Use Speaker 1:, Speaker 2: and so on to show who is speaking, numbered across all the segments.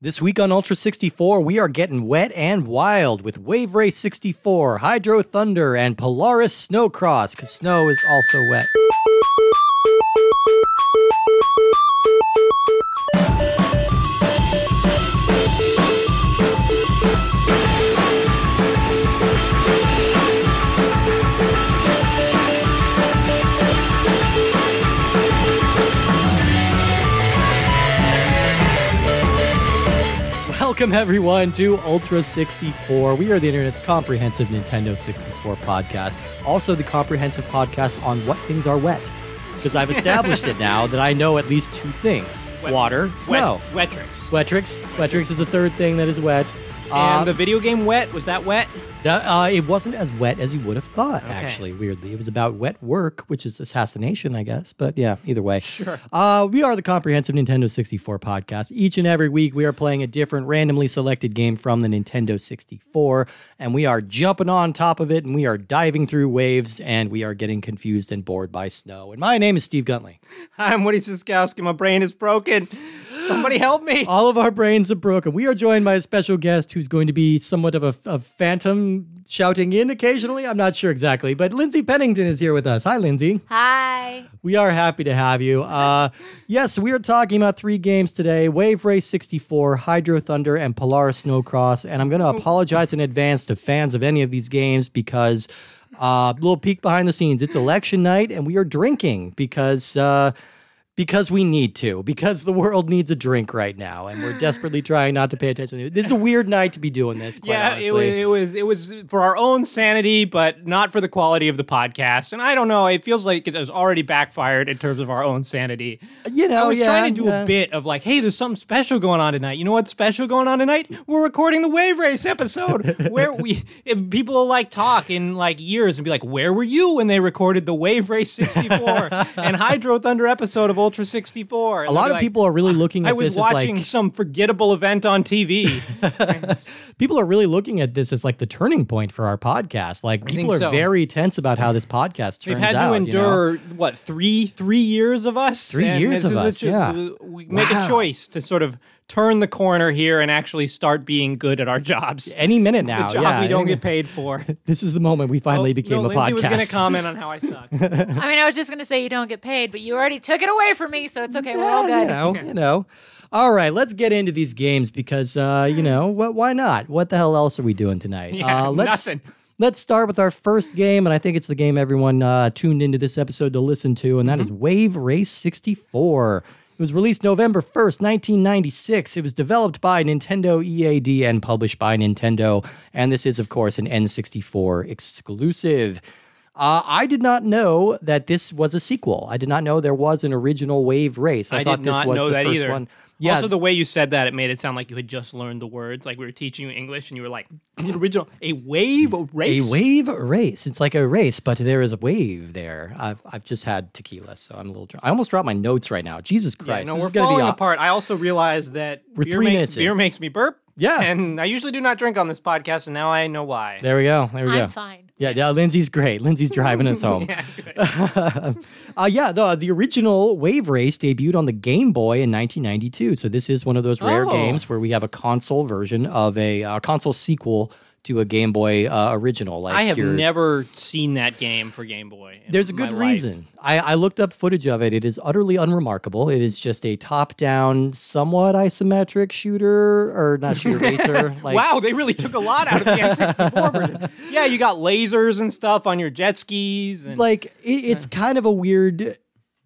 Speaker 1: This week on Ultra 64, we are getting wet and wild with Wave Race 64, Hydro Thunder, and Polaris Snowcross, because snow is also wet. Welcome, everyone, to Ultra 64. We are the internet's comprehensive Nintendo 64 podcast, also the comprehensive podcast on what things are wet. Because I've established it now that I know at least two things
Speaker 2: Wet-
Speaker 1: water, snow.
Speaker 2: Wet, Wetrix.
Speaker 1: Wetrix. Wetrix is the third thing that is wet. Uh,
Speaker 2: and the video game Wet, was that wet?
Speaker 1: That, uh, it wasn't as wet as you would have thought,
Speaker 2: Okay.
Speaker 1: actually, weirdly. It was about wet work, which is assassination, I guess. But yeah, either way.
Speaker 2: Sure.
Speaker 1: Uh, we are the Comprehensive Nintendo 64 podcast. Each and every week, we are playing a different randomly selected game from the Nintendo 64, and we are jumping on top of it, and we are diving through waves, and we are getting confused and bored by snow. And my name is Steve Guntley.
Speaker 2: I'm Woody Siskowski. My brain is broken. Somebody help me.
Speaker 1: All of our brains are broken. We are joined by a special guest who's going to be somewhat of a, a phantom shouting in occasionally. I'm not sure exactly, but Lindsay Pennington is here with us. Hi, Lindsay.
Speaker 3: Hi.
Speaker 1: We are happy to have you. Uh, yes, we are talking about three games today Wave Race 64, Hydro Thunder, and Polaris Snowcross. And I'm going to
Speaker 2: Oh.
Speaker 1: apologize in advance to fans of any of these games because. Uh, little peek behind the scenes. It's election night, and we are drinking because uh, because we need to, because the world needs a drink right now, and we're desperately trying not to pay attention. to it. This is a weird night to be doing this. Quite
Speaker 2: yeah, it was,
Speaker 1: honestly.
Speaker 2: it was it was for our own sanity, but not for the quality of the podcast. And I don't know, it feels like it has already backfired in terms of our own sanity.
Speaker 1: you know,
Speaker 2: I was
Speaker 1: yeah,
Speaker 2: trying to do
Speaker 1: Oh, yeah.
Speaker 2: a bit of like, hey, there's something special going on tonight. You know what's special going on tonight? We're recording the Wave Race episode where we, if people will like talk in like years and be like, where were you when they recorded the Wave Race 64 and Hydro Thunder episode of Ultra 64?
Speaker 1: A lot of people are really looking at
Speaker 2: I was
Speaker 1: this as
Speaker 2: watching
Speaker 1: like
Speaker 2: some forgettable event on TV.
Speaker 1: people are really looking at this as like the turning point for our podcast. Like people
Speaker 2: think
Speaker 1: are
Speaker 2: so.
Speaker 1: very tense about how this podcast turns
Speaker 2: We've had
Speaker 1: out.
Speaker 2: to
Speaker 1: you know?
Speaker 2: endure what three three years of us.
Speaker 1: Three years of
Speaker 2: this is the
Speaker 1: us,
Speaker 2: cho-
Speaker 1: yeah.
Speaker 2: we make
Speaker 1: Wow.
Speaker 2: a choice to sort of turn the corner here and actually start being good at our jobs.
Speaker 1: any minute now.
Speaker 2: the job
Speaker 1: yeah,
Speaker 2: we don't
Speaker 1: any-
Speaker 2: get paid for.
Speaker 1: This is the moment we finally became
Speaker 2: no,
Speaker 1: a
Speaker 2: Lindsay was going to
Speaker 1: podcast.
Speaker 2: comment on how I suck.
Speaker 3: I mean, I was just going to say you don't get paid, but you already took it away from me, so it's okay. We're all
Speaker 1: Yeah,
Speaker 3: good.
Speaker 1: You know, you know. All right, let's get into these games because uh, you know what? Why not? What the hell else are we doing tonight?
Speaker 2: Yeah,
Speaker 1: uh, let's
Speaker 2: nothing.
Speaker 1: let's start with our first game, and I think it's the game everyone uh, tuned into this episode to listen to, and that
Speaker 2: Mm-hmm.
Speaker 1: is Wave Race '64. It was released November 1st, 1996. It was developed by Nintendo EAD and published by Nintendo. And this is, of course, an N64 exclusive. Uh, I did not know that this was a sequel. I did not know there was an original Wave Race. I,
Speaker 2: I
Speaker 1: thought
Speaker 2: did
Speaker 1: this
Speaker 2: not
Speaker 1: was
Speaker 2: know
Speaker 1: the
Speaker 2: that
Speaker 1: first
Speaker 2: either.
Speaker 1: one. Yeah,
Speaker 2: Also, the way you said that, it made it sound like you had just learned the words. Like we were teaching you English, and you were like, "An "Original, a wave a
Speaker 1: a
Speaker 2: race."
Speaker 1: wave race. It's like a race, but there is a wave there. I've I've just had tequila, so I'm a little drunk. I almost dropped my notes right now. Jesus
Speaker 2: Yeah,
Speaker 1: Christ,
Speaker 2: no,
Speaker 1: this
Speaker 2: we're
Speaker 1: is gonna
Speaker 2: falling
Speaker 1: be aw-
Speaker 2: apart. I also realized that
Speaker 1: We're
Speaker 2: beer,
Speaker 1: three
Speaker 2: makes,
Speaker 1: minutes in.
Speaker 2: beer makes me burp.
Speaker 1: Yeah.
Speaker 2: and I usually do not drink on this podcast, and now I know why.
Speaker 1: There we go. There we
Speaker 3: I'm
Speaker 1: go.
Speaker 3: fine.
Speaker 1: Yeah, yeah, Lindsay's great. Lindsay's driving us home. uh, yeah, the, the original Wave Race debuted on the Game Boy in 1992. So this is one of those rare
Speaker 2: Oh.
Speaker 1: games where we have a console version of a uh, console sequel to a Game Boy uh, original. Like
Speaker 2: I have
Speaker 1: your-
Speaker 2: never seen that game for Game Boy. in
Speaker 1: There's a
Speaker 2: my
Speaker 1: good
Speaker 2: life.
Speaker 1: reason. I, I looked up footage of it. It is utterly unremarkable. It is just a top-down, somewhat isometric shooter, or not shooter racer. Like,
Speaker 2: wow, they really took a lot out of the N64 version. Yeah, you got lasers and stuff on your jet skis. And
Speaker 1: like it, it's kind of a weird.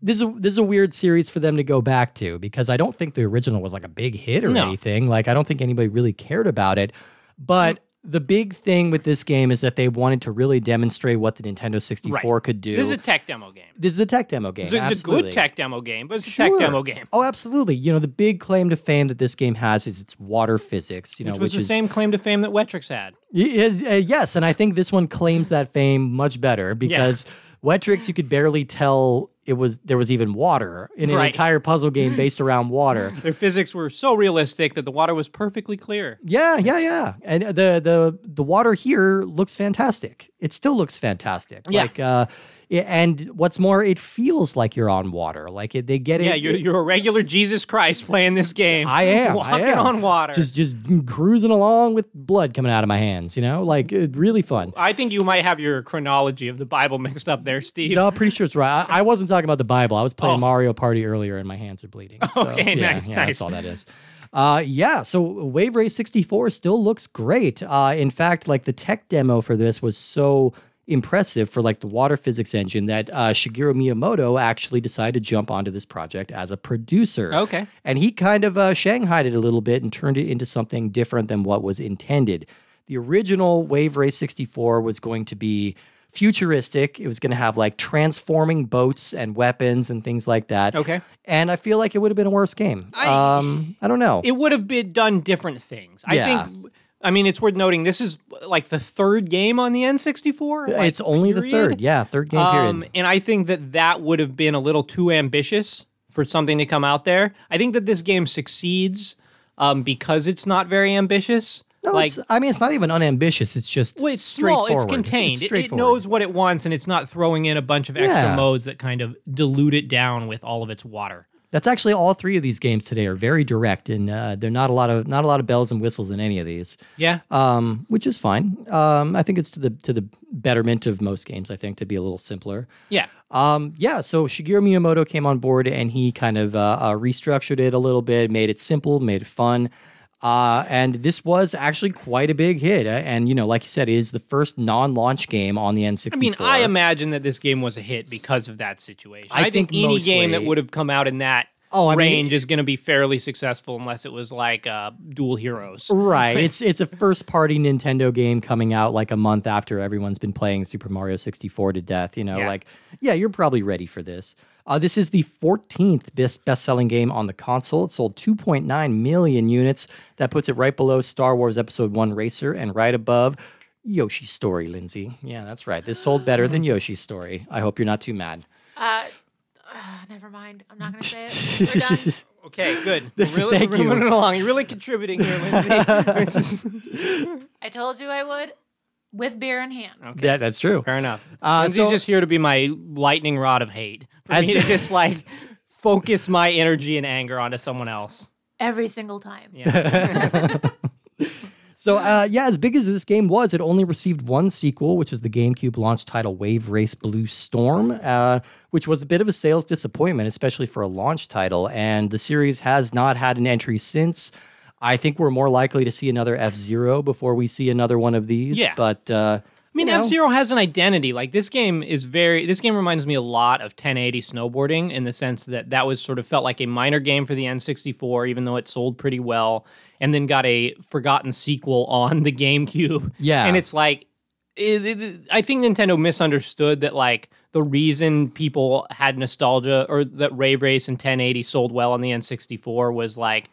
Speaker 1: This is a, this is a weird series for them to go back to because I don't think the original was like a big hit or
Speaker 2: No.
Speaker 1: anything. Like I don't think anybody really cared about it. But the big thing with this game is that they wanted to really demonstrate what the Nintendo 64 could do.
Speaker 2: this is a tech demo game.
Speaker 1: This is a tech demo game.
Speaker 2: It's a, it's a good
Speaker 1: absolutely.
Speaker 2: tech demo game, but it's a
Speaker 1: Sure.
Speaker 2: tech demo game.
Speaker 1: Oh, absolutely. You know, the big claim to fame that this game has is its water physics, you know,
Speaker 2: Which was the
Speaker 1: is
Speaker 2: same claim to fame that Wetrix had.
Speaker 1: Y- y- uh, yes, and I think this one claims that fame much better because Wetrix you could barely tell it was there was even water in an
Speaker 2: Right.
Speaker 1: entire puzzle game based around water.
Speaker 2: Their physics were so realistic that the water was perfectly clear.
Speaker 1: Yeah, yeah, yeah. And the the the water here looks fantastic. It still looks fantastic.
Speaker 2: Yeah.
Speaker 1: Like uh i- and what's more, it feels like you're on water. Like it, they get it.
Speaker 2: Yeah, you're, you're a regular Jesus Christ playing this game.
Speaker 1: I am.
Speaker 2: walking
Speaker 1: I am.
Speaker 2: on water.
Speaker 1: Just just cruising along with blood coming out of my hands. You know, like it, really fun.
Speaker 2: I think you might have your chronology of the Bible mixed up there, Steve.
Speaker 1: No, I'm pretty sure it's right. I, I wasn't talking about the Bible. I was playing
Speaker 2: Oh.
Speaker 1: Mario Party earlier, and my hands are bleeding. So,
Speaker 2: Okay,
Speaker 1: yeah,
Speaker 2: nice,
Speaker 1: yeah,
Speaker 2: nice.
Speaker 1: That's all that is. Uh, yeah, so Wave Race 64 still looks great. Uh, in fact, like the tech demo for this was so impressive for like the water physics engine that uh, Shigeru Miyamoto actually decided to jump onto this project as a producer.
Speaker 2: Okay.
Speaker 1: And he kind of uh, shanghaied it a little bit and turned it into something different than what was intended. The original Wave Race 64 was going to be futuristic. It was going to have like transforming boats and weapons and things like that.
Speaker 2: Okay.
Speaker 1: And I feel like it would have been a worse game. I, um, I don't know.
Speaker 2: it would have been done different things. I
Speaker 1: Yeah.
Speaker 2: think. I mean, it's worth noting this is like the third game on the N64. like,
Speaker 1: it's only the
Speaker 2: period.
Speaker 1: third. Yeah, third game
Speaker 2: Um,
Speaker 1: period.
Speaker 2: and I think that that would have been a little too ambitious for something to come out there. I think that this game succeeds um, because it's not very ambitious.
Speaker 1: No,
Speaker 2: like,
Speaker 1: it's, I mean, it's not even unambitious. It's just
Speaker 2: well, it's small,
Speaker 1: straightforward.
Speaker 2: it's contained. It- it,
Speaker 1: straightforward.
Speaker 2: knows what it wants, and it's not throwing in a bunch of extra
Speaker 1: Yeah.
Speaker 2: modes that kind of dilute it down with all of its water.
Speaker 1: That's actually all three of these games today are very direct, and uh, they're not a lot of not a lot of bells and whistles in any of these.
Speaker 2: Yeah.
Speaker 1: um, which is fine. Um, I think it's to the to the betterment of most games. I think to be a little simpler.
Speaker 2: yeah.
Speaker 1: Um, yeah, so Shigeru Miyamoto came on board and he kind of uh, uh, restructured it a little bit, made it simple, made it fun. Uh, and this was actually quite a big hit. Uh, And, you know, like you said, it is the first non launch game on the N64.
Speaker 2: I mean, I imagine that this game was a hit because of that situation. I,
Speaker 1: I
Speaker 2: think,
Speaker 1: think
Speaker 2: any game that
Speaker 1: mostly-
Speaker 2: would have come out in that
Speaker 1: Oh, I mean,
Speaker 2: range is going to be fairly successful unless it was like uh, Dual Heroes.
Speaker 1: Right. It's it's a first party Nintendo game coming out like a month after everyone's been playing Super Mario 64 to death, you know,
Speaker 2: Yeah.
Speaker 1: like yeah, you're probably ready for this. Uh, this is the 14th best best-selling game on the console. It sold 2.9 million units. That puts it right below Star Wars Episode 1 Racer and right above Yoshi's Story, Lindsay. Yeah, that's right. This sold better than Yoshi's Story. I hope you're not too mad.
Speaker 3: Uh, uh, never mind. I'm not gonna say it. We're done.
Speaker 2: Okay, good. We're
Speaker 1: is-
Speaker 2: really,
Speaker 1: thank
Speaker 2: we're
Speaker 1: you.
Speaker 2: moving along. You're really contributing here, Lindsay. This is-
Speaker 3: I told you I would, with beer in hand.
Speaker 1: Yeah, that's true.
Speaker 2: fair enough.
Speaker 1: Uh,
Speaker 2: Lindsay's
Speaker 1: so-
Speaker 2: just here to be my lightning rod of hate. For me to
Speaker 1: That's-
Speaker 2: just like focus my energy and anger onto someone else.
Speaker 3: Every single time.
Speaker 1: So uh, yeah, as big as this game was, it only received one sequel, which was the GameCube launch title Wave Race Blue Storm, uh, which was a bit of a sales disappointment, especially for a launch title. And the series has not had an entry since. I think we're more likely to see another F Zero before we see another one of these.
Speaker 2: Yeah.
Speaker 1: but uh,
Speaker 2: I mean, F Zero has an identity. Like this game is very. This game reminds me a lot of 1080 snowboarding in the sense that that was sort of felt like a minor game for the N64, even though it sold pretty well, and then got a forgotten sequel on the GameCube.
Speaker 1: Yeah.
Speaker 2: and it's like, it, it- I think Nintendo misunderstood that like the reason people had nostalgia or that Rave Race and 1080 sold well on the N64 was like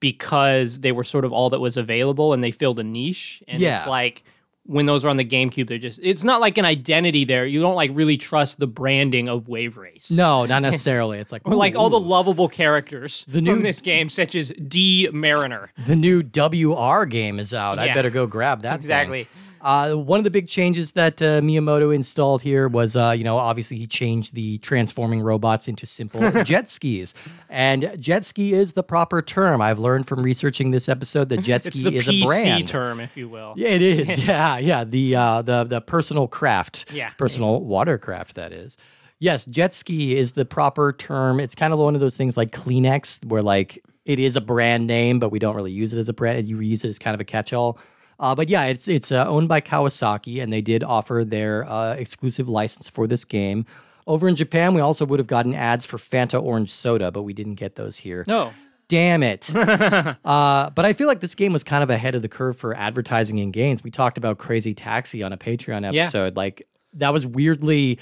Speaker 2: because they were sort of all that was available and they filled a niche. And it's
Speaker 1: Yeah.
Speaker 2: like when those are on the GameCube, they're just it's not like an identity there. You don't like really trust the branding of Wave Race.
Speaker 1: no, not necessarily. It's like
Speaker 2: Or like all the
Speaker 1: ooh,
Speaker 2: lovable characters from
Speaker 1: new-
Speaker 2: this game, such as D Mariner.
Speaker 1: the new WR game is out.
Speaker 2: Yeah.
Speaker 1: I better go grab that. thing.
Speaker 2: Exactly.
Speaker 1: Uh, one of the big changes that uh, Miyamoto installed here was, uh, you know, obviously he changed the transforming robots into simple jet skis. And jet ski is the proper term. I've learned from researching this episode that jet
Speaker 2: It's
Speaker 1: ski
Speaker 2: the
Speaker 1: is
Speaker 2: PC
Speaker 1: a brand.
Speaker 2: term, if you will.
Speaker 1: Yeah, it is. yeah, yeah. The uh, the the personal craft.
Speaker 2: Yeah.
Speaker 1: Personal watercraft. That is. Yes, jet ski is the proper term. It's kind of one of those things like Kleenex, where like it is a brand name, but we don't really use it as a brand. You use it as kind of a catch-all. Uh, but yeah, it's it's uh, owned by Kawasaki, and they did offer their uh, exclusive license for this game. Over in Japan, we also would have gotten ads for Fanta orange soda, but we didn't get those here.
Speaker 2: No.
Speaker 1: Damn it. uh, but I feel like this game was kind of ahead of the curve for advertising in games. We talked about Crazy Taxi on a Patreon
Speaker 2: Yeah.
Speaker 1: episode. Like, that was weirdly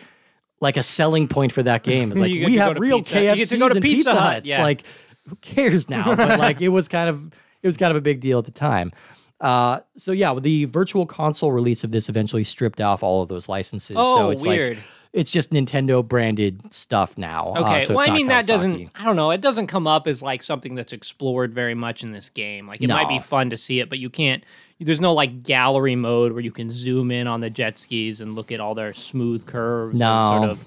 Speaker 1: like a selling point for that game. It's like,
Speaker 2: You get
Speaker 1: we
Speaker 2: to go
Speaker 1: have
Speaker 2: to
Speaker 1: real
Speaker 2: Pizza- you
Speaker 1: KFCs
Speaker 2: get to go to
Speaker 1: and
Speaker 2: Pizza
Speaker 1: Pizza,
Speaker 2: Hut,
Speaker 1: Huts.
Speaker 2: yeah.
Speaker 1: Like, who cares now? But like, it was kind of it was kind of a big deal at the time. Uh, so yeah, the virtual console release of this eventually stripped off all of those licenses.
Speaker 2: Oh,
Speaker 1: so it's like
Speaker 2: weird.
Speaker 1: it's just Nintendo branded stuff now. uh,
Speaker 2: Okay.
Speaker 1: so it's
Speaker 2: well, I
Speaker 1: not
Speaker 2: mean, that
Speaker 1: Kawasaki.
Speaker 2: doesn't. I don't know. It doesn't come up as like something that's explored very much in this game. Like it might be
Speaker 1: No.
Speaker 2: fun to see it, but you can't. There's no like gallery mode where you can zoom in on the jet skis and look at all their smooth curves and sort
Speaker 1: No.
Speaker 2: of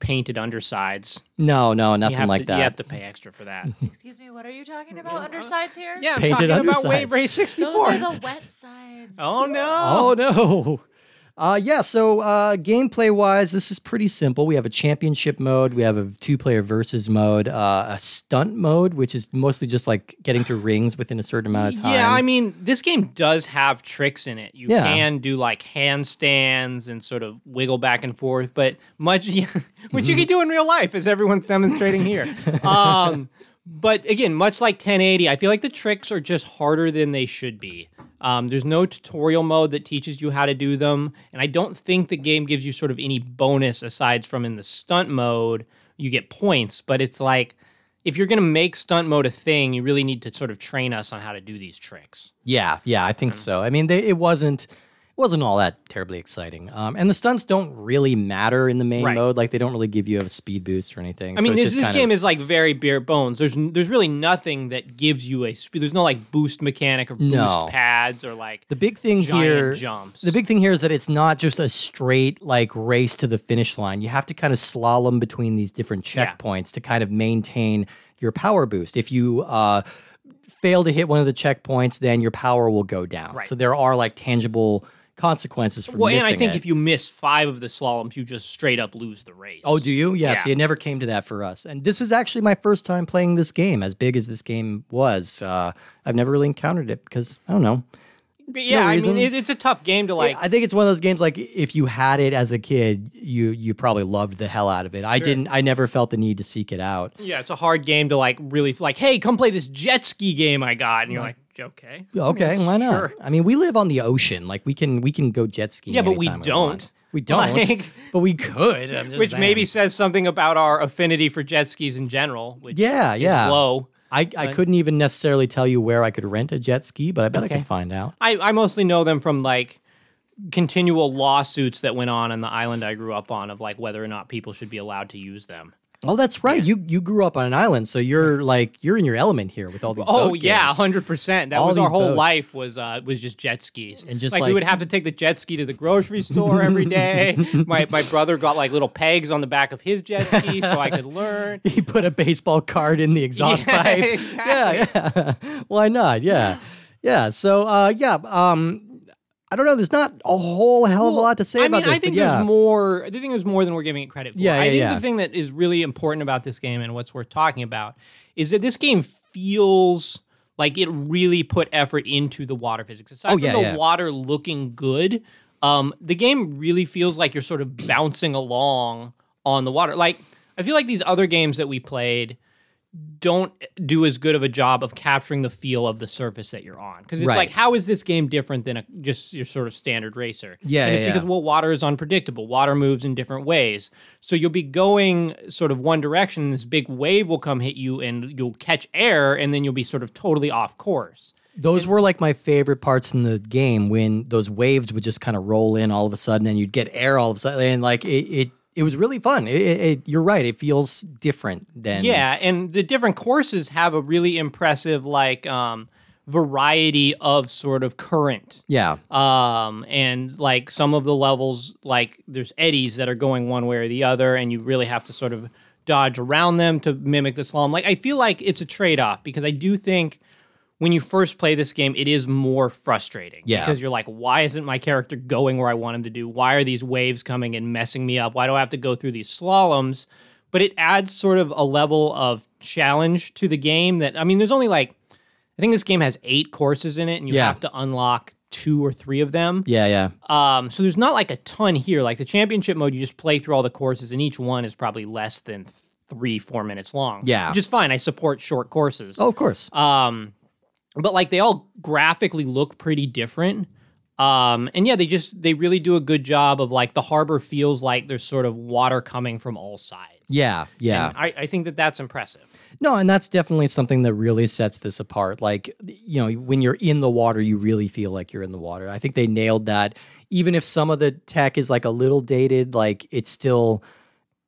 Speaker 2: painted undersides.
Speaker 1: No, no,
Speaker 2: You
Speaker 1: nothing
Speaker 2: have
Speaker 1: like
Speaker 2: to,
Speaker 1: that.
Speaker 2: You have to pay extra for that.
Speaker 3: Excuse me, what are you talking about? Undersides here?
Speaker 2: yeah, I'm
Speaker 1: Painted
Speaker 2: talking about Wave
Speaker 1: undersides.
Speaker 2: Race
Speaker 3: Those
Speaker 2: 64.
Speaker 3: are the wet sides.
Speaker 2: oh no.
Speaker 1: Oh no. Uh, yeah, so uh, gameplay wise, this is pretty simple. We have a championship mode, we have a two player versus mode, uh, a stunt mode, which is mostly just like getting to rings within a certain amount of time.
Speaker 2: Yeah, I mean, this game does have tricks in it. You
Speaker 1: Yeah.
Speaker 2: can do like handstands and sort of wiggle back and forth, but much which you can do in real life, as everyone's demonstrating here. Um, but again, much like 1080, I feel like the tricks are just harder than they should be. Um, there's no tutorial mode that teaches you how to do them, and I don't think the game gives you sort of any bonus aside from in the stunt mode. You get points, but it's like if you're going to make stunt mode a thing, you really need to sort of train us on how to do these tricks.
Speaker 1: Yeah, yeah, I think so. I mean, they, it wasn't it wasn't all that terribly exciting. Um, and the stunts don't really matter in the main
Speaker 2: Right.
Speaker 1: mode. Like they don't really give you a speed boost or anything.
Speaker 2: I mean,
Speaker 1: so it's
Speaker 2: this,
Speaker 1: just
Speaker 2: this
Speaker 1: kind
Speaker 2: game
Speaker 1: of,
Speaker 2: is like very bare bones. There's n- there's really nothing that gives you a speed. There's no like boost mechanic or boost
Speaker 1: No.
Speaker 2: pads or like
Speaker 1: the big thing
Speaker 2: giant
Speaker 1: here.
Speaker 2: jumps.
Speaker 1: The big thing here is that it's not just a straight like race to the finish line. You have to kind of slalom between these different
Speaker 2: Yeah.
Speaker 1: checkpoints to kind of maintain your power boost. If you uh, fail to hit one of the checkpoints, then your power will go down.
Speaker 2: Right.
Speaker 1: So there are like tangible consequences for
Speaker 2: well, and
Speaker 1: missing
Speaker 2: I think
Speaker 1: it.
Speaker 2: if you miss five of the slaloms, you just straight up lose the race.
Speaker 1: Oh, do you? Yeah, See,
Speaker 2: Yeah.
Speaker 1: it never came to that for us. And this is actually my first time playing this game. As big as this game was, uh, I've never really encountered it because I don't know.
Speaker 2: But yeah, I mean,
Speaker 1: reason.
Speaker 2: it, it's a tough game to like.
Speaker 1: I think it's one of those games like if you had it as a kid, you you probably loved the hell out of it. I didn't. I never felt the need to seek it out.
Speaker 2: yeah, it's a hard game to like really like. Hey, come play this jet ski game I got, and you're like, okay,
Speaker 1: Okay, why not?
Speaker 2: sure.
Speaker 1: I mean, we live on the ocean. Like we can we can go jet skiing.
Speaker 2: Yeah, but we
Speaker 1: anytime want.
Speaker 2: don't.
Speaker 1: We don't.
Speaker 2: Like-
Speaker 1: but we could. I'm just
Speaker 2: which
Speaker 1: saying.
Speaker 2: maybe says something about our affinity for jet skis in general. Which
Speaker 1: Yeah,
Speaker 2: is
Speaker 1: yeah.
Speaker 2: low.
Speaker 1: I, I couldn't even necessarily tell you where I could rent a jet ski, but I bet I
Speaker 2: Okay.
Speaker 1: could find out.
Speaker 2: I, I mostly know them from like continual lawsuits that went on on the island I grew up on of like whether or not people should be allowed to use them.
Speaker 1: Oh, that's right. You you grew up on an island, so you're like you're in your element here with all these.
Speaker 2: Oh
Speaker 1: boat
Speaker 2: yeah,
Speaker 1: games.
Speaker 2: hundred percent. That
Speaker 1: All
Speaker 2: was our
Speaker 1: these
Speaker 2: whole
Speaker 1: boats.
Speaker 2: life was uh was just jet skis.
Speaker 1: And just,
Speaker 2: like, we
Speaker 1: like-
Speaker 2: would have to take the jet ski to the grocery store every day. my my brother got like little pegs on the back of his jet ski so I could learn.
Speaker 1: He put a baseball card in the exhaust
Speaker 2: Yeah,
Speaker 1: pipe. Yeah, yeah. Why not? Yeah, yeah. So, uh, yeah. Um, I don't know. There's not a whole hell of a
Speaker 2: Well,
Speaker 1: lot to say
Speaker 2: I
Speaker 1: about
Speaker 2: mean,
Speaker 1: this.
Speaker 2: I think
Speaker 1: but yeah.
Speaker 2: there's more. I think there's more than we're giving it credit for.
Speaker 1: Yeah, yeah,
Speaker 2: I think
Speaker 1: yeah.
Speaker 2: the thing that is really important about this game and what's worth talking about is that this game feels like it really put effort into the water physics. Aside
Speaker 1: Oh, yeah,
Speaker 2: from the
Speaker 1: yeah.
Speaker 2: water looking good, um, the game really feels like you're sort of bouncing along on the water. Like I feel like these other games that we played don't do as good of a job of capturing the feel of the surface that you're on because it's
Speaker 1: Right.
Speaker 2: like how is this game different than a, just your sort of standard racer
Speaker 1: Yeah,
Speaker 2: and it's
Speaker 1: yeah,
Speaker 2: because
Speaker 1: yeah.
Speaker 2: well water is unpredictable water moves in different ways so you'll be going sort of one direction and this big wave will come hit you and you'll catch air and then you'll be sort of totally off course
Speaker 1: Those were like my favorite parts in the game when those waves would just kind of roll in all of a sudden, and you'd get air all of a sudden, and like it. it it was really fun. It, it, it, you're right. It feels different than
Speaker 2: yeah and the different courses have a really impressive like um, variety of sort of current
Speaker 1: yeah.
Speaker 2: um and like some of the levels like there's eddies that are going one way or the other and you really have to sort of dodge around them to mimic the slalom like i feel like it's a trade-off because i do think when you first play this game it is more frustrating
Speaker 1: Yeah.
Speaker 2: because you're like why isn't my character going where i want him to do why are these waves coming and messing me up why do i have to go through these slaloms but it adds sort of a level of challenge to the game that i mean there's only like I think this game has eight courses in it, and you
Speaker 1: Yeah.
Speaker 2: have to unlock two or three of them.
Speaker 1: yeah, yeah.
Speaker 2: Um, so there's not like a ton here. Like the championship mode, you just play through all the courses, and each one is probably less than th- three, four minutes long.
Speaker 1: Yeah.
Speaker 2: which is fine. I support short courses.
Speaker 1: Oh, of course.
Speaker 2: Um, but like they all graphically look pretty different. Um, and yeah, they just they really do a good job of like the harbor feels like there's sort of water coming from all sides.
Speaker 1: Yeah, yeah.
Speaker 2: And I, I think that that's impressive.
Speaker 1: No, and that's definitely something that really sets this apart. Like, you know, when you're in the water, you really feel like you're in the water. I think they nailed that. Even if some of the tech is like a little dated, like it's still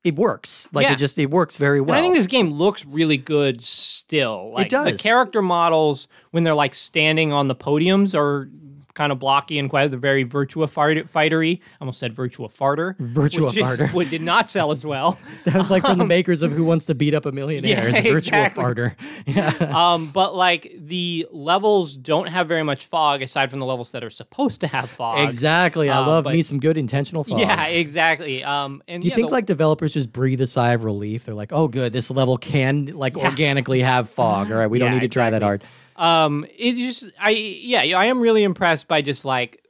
Speaker 1: it works. Like
Speaker 2: Yeah.
Speaker 1: it just it works very well.
Speaker 2: And I think this game looks really good still. Like, The
Speaker 1: does.
Speaker 2: character models when they're like standing on the podiums are kind of blocky and quite the very Virtua fight- fightery. I almost said Virtua farter.
Speaker 1: Virtua
Speaker 2: which is-
Speaker 1: farter.
Speaker 2: what did not sell as well.
Speaker 1: that was like from the makers of Who Wants to Beat Up a Millionaire
Speaker 2: um, Yeah,
Speaker 1: is virtual
Speaker 2: exactly.
Speaker 1: farter. Yeah.
Speaker 2: um, but like the levels don't have very much fog aside from the levels that are supposed to have fog.
Speaker 1: Exactly. I
Speaker 2: Uh,
Speaker 1: love
Speaker 2: but-
Speaker 1: me some good intentional fog.
Speaker 2: Yeah, exactly. Um, and
Speaker 1: Do you
Speaker 2: yeah,
Speaker 1: think
Speaker 2: the-
Speaker 1: like developers just breathe a sigh of relief? They're like, "Oh, good, this level can like
Speaker 2: Yeah.
Speaker 1: organically have fog. All right, we don't need
Speaker 2: Yeah,
Speaker 1: to try that
Speaker 2: exactly.
Speaker 1: hard."
Speaker 2: Um, it just I yeah, yeah, I am really impressed by just like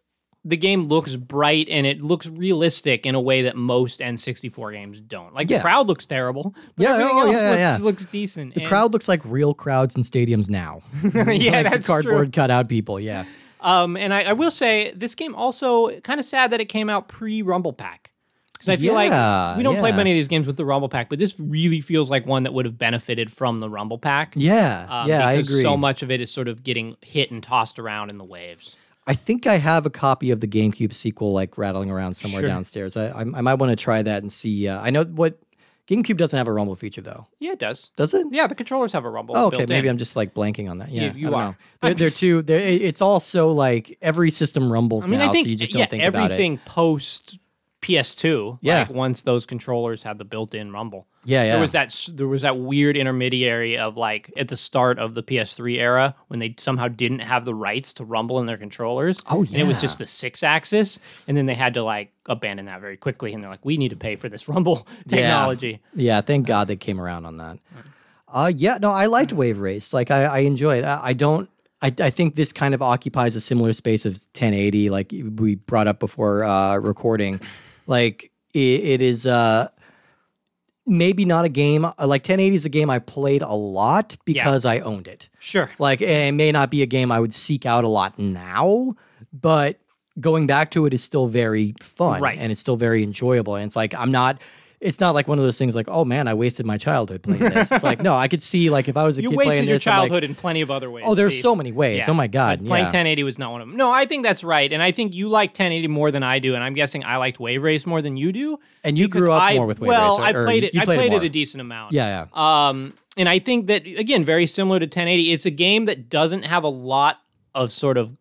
Speaker 2: the game looks bright and it looks realistic in a way that most N64 games don't. Like the
Speaker 1: Yeah.
Speaker 2: crowd looks terrible, but
Speaker 1: Yeah,
Speaker 2: everything
Speaker 1: oh,
Speaker 2: else
Speaker 1: yeah,
Speaker 2: looks,
Speaker 1: yeah.
Speaker 2: looks decent.
Speaker 1: The crowd looks like real crowds in stadiums now.
Speaker 2: yeah,
Speaker 1: Like the
Speaker 2: that's
Speaker 1: cardboard
Speaker 2: true.
Speaker 1: cutout people. Yeah,
Speaker 2: Um, and I, I will say this game also kind of sad that it came out pre Rumble Pack. Because I feel
Speaker 1: Yeah,
Speaker 2: like we don't play
Speaker 1: yeah.
Speaker 2: many of these games with the Rumble Pack, but this really feels like one that would have benefited from the Rumble Pack.
Speaker 1: yeah,
Speaker 2: um,
Speaker 1: yeah. I
Speaker 2: because
Speaker 1: agree.
Speaker 2: So much of it is sort of getting hit and tossed around in the waves.
Speaker 1: I think I have a copy of the GameCube sequel like rattling around somewhere
Speaker 2: Sure.
Speaker 1: downstairs. I I, I might want to try that and see. Uh, I know what GameCube doesn't have a rumble feature though,
Speaker 2: Yeah, it does.
Speaker 1: does it?
Speaker 2: Yeah, the controllers have a rumble.
Speaker 1: Oh, okay.
Speaker 2: built
Speaker 1: Maybe
Speaker 2: in.
Speaker 1: I'm just like blanking on that. Yeah,
Speaker 2: you
Speaker 1: I don't
Speaker 2: are.
Speaker 1: Know. They're, they're too. They're, it- it's also like every system rumbles
Speaker 2: I mean,
Speaker 1: now,
Speaker 2: I think
Speaker 1: so you just don't
Speaker 2: yeah,
Speaker 1: think about it.
Speaker 2: everything post PS2.
Speaker 1: Yeah.
Speaker 2: like, once those controllers had the built-in rumble.
Speaker 1: Yeah, yeah.
Speaker 2: There was that. s- There was that weird intermediary of like at the start of the PS3 era when they somehow didn't have the rights to rumble in their controllers.
Speaker 1: Oh,
Speaker 2: and it was
Speaker 1: yeah.
Speaker 2: just the six axis, and then they had to like abandon that very quickly, and they're like, we need to pay for this rumble technology.
Speaker 1: Yeah, thank God they came around on that. Uh, yeah, no, I liked Wave Race. Like, I, I enjoy it. I, I don't. I, I think this kind of occupies a similar space of 1080, like we brought up before uh, recording. Like, it, it is uh, maybe not a game. Like, 1080 is a game I played a lot because I owned it.
Speaker 2: Sure.
Speaker 1: Like eh, it may not be a game I would seek out a lot now, but going back to it is still very fun,
Speaker 2: Right.
Speaker 1: And it's still very enjoyable. And it's like I'm not. It's not like one of those things like, oh man, I wasted my childhood playing this. It's like no, I could see like if I was a
Speaker 2: You
Speaker 1: kid
Speaker 2: wasted
Speaker 1: playing
Speaker 2: your
Speaker 1: this, I'm like,
Speaker 2: childhood in plenty of other ways.
Speaker 1: oh, there's
Speaker 2: Steve.
Speaker 1: so many ways.
Speaker 2: Yeah.
Speaker 1: Oh my god,
Speaker 2: But playing
Speaker 1: yeah.
Speaker 2: 1080 was not one of them. No, I think that's right, and I think you like 1080 more than I do, and I'm guessing I liked Wave Race more than you do.
Speaker 1: And you
Speaker 2: because
Speaker 1: grew up
Speaker 2: I-
Speaker 1: more with Wave Race,
Speaker 2: well,
Speaker 1: or-
Speaker 2: I
Speaker 1: or
Speaker 2: played
Speaker 1: you-
Speaker 2: it.
Speaker 1: you
Speaker 2: I
Speaker 1: played it
Speaker 2: played it,
Speaker 1: more.
Speaker 2: a decent amount.
Speaker 1: yeah, yeah,
Speaker 2: Um, and I think that again, very similar to 1080, it's a game that doesn't have a lot of sort of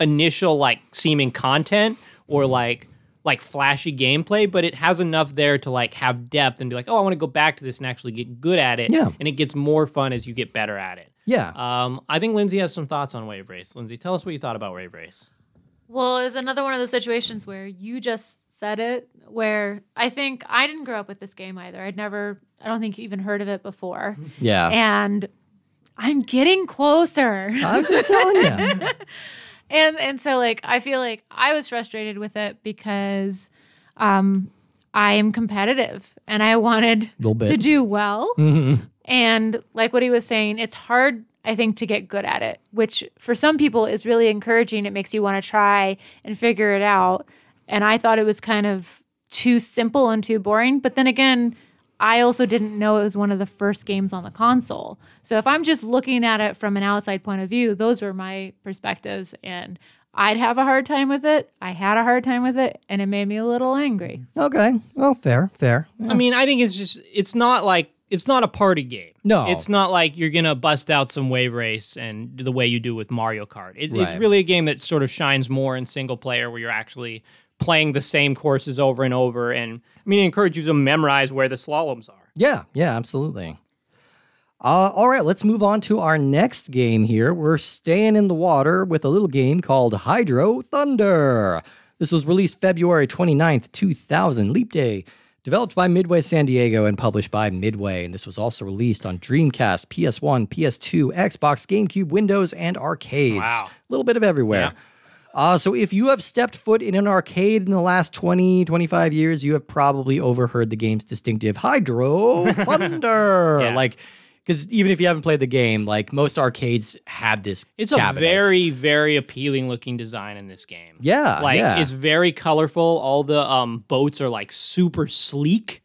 Speaker 2: initial like seeming content or
Speaker 1: Mm-hmm.
Speaker 2: like like flashy gameplay, but it has enough there to like have depth and be like, oh, I want to go back to this and actually get good at it.
Speaker 1: Yeah.
Speaker 2: and it gets more fun as you get better at it.
Speaker 1: yeah.
Speaker 2: Um, I think Lindsay has some thoughts on Wave Race. Lindsay, tell us what you thought about Wave Race.
Speaker 3: Well, it was another one of those situations where you just said it, where I think I didn't grow up with this game either. I'd never, I don't think even heard of it before.
Speaker 1: yeah.
Speaker 3: And I'm getting closer.
Speaker 1: I'm just telling you.
Speaker 3: and and so like I feel like I was frustrated with it because um I am competitive and I wanted
Speaker 1: Little bit.
Speaker 3: to do well.
Speaker 1: Mhm.
Speaker 3: And like what he was saying, it's hard I think to get good at it, which for some people is really encouraging. It makes you want to try and figure it out. And I thought it was kind of too simple and too boring, but then again, I also didn't know it was one of the first games on the console. So if I'm just looking at it from an outside point of view, those were my perspectives and I'd have a hard time with it. I had a hard time with it and it made me a little angry.
Speaker 1: Okay. Well, fair, fair.
Speaker 2: I mean, I think it's just it's not like it's not a party game.
Speaker 1: No.
Speaker 2: it's not like you're gonna bust out some wave race and do the way you do with Mario Kart. It, It's
Speaker 1: Right.
Speaker 2: really a game that sort of shines more in single player, where you're actually playing the same courses over and over. And I mean, I encourage you to memorize where the slaloms are.
Speaker 1: Yeah, yeah, absolutely. Uh, all right, let's move on to our next game here. We're staying in the water with a little game called Hydro Thunder. This was released February 29th, 2000, Leap Day. Developed by Midway San Diego and published by Midway. And this was also released on Dreamcast, PS1, PS2, Xbox, GameCube, Windows, and arcades.
Speaker 2: Wow.
Speaker 1: A little bit of everywhere. Uh, so if you have stepped foot in an arcade in the last 20, 25 years, you have probably overheard the game's distinctive hydro thunder.
Speaker 2: Yeah.
Speaker 1: Like because even if you haven't played the game, like most arcades had this.
Speaker 2: It's a
Speaker 1: cabinet.
Speaker 2: very, very appealing looking design in this game.
Speaker 1: yeah,
Speaker 2: like
Speaker 1: yeah,
Speaker 2: it's very colorful. All the um, boats are like super sleek.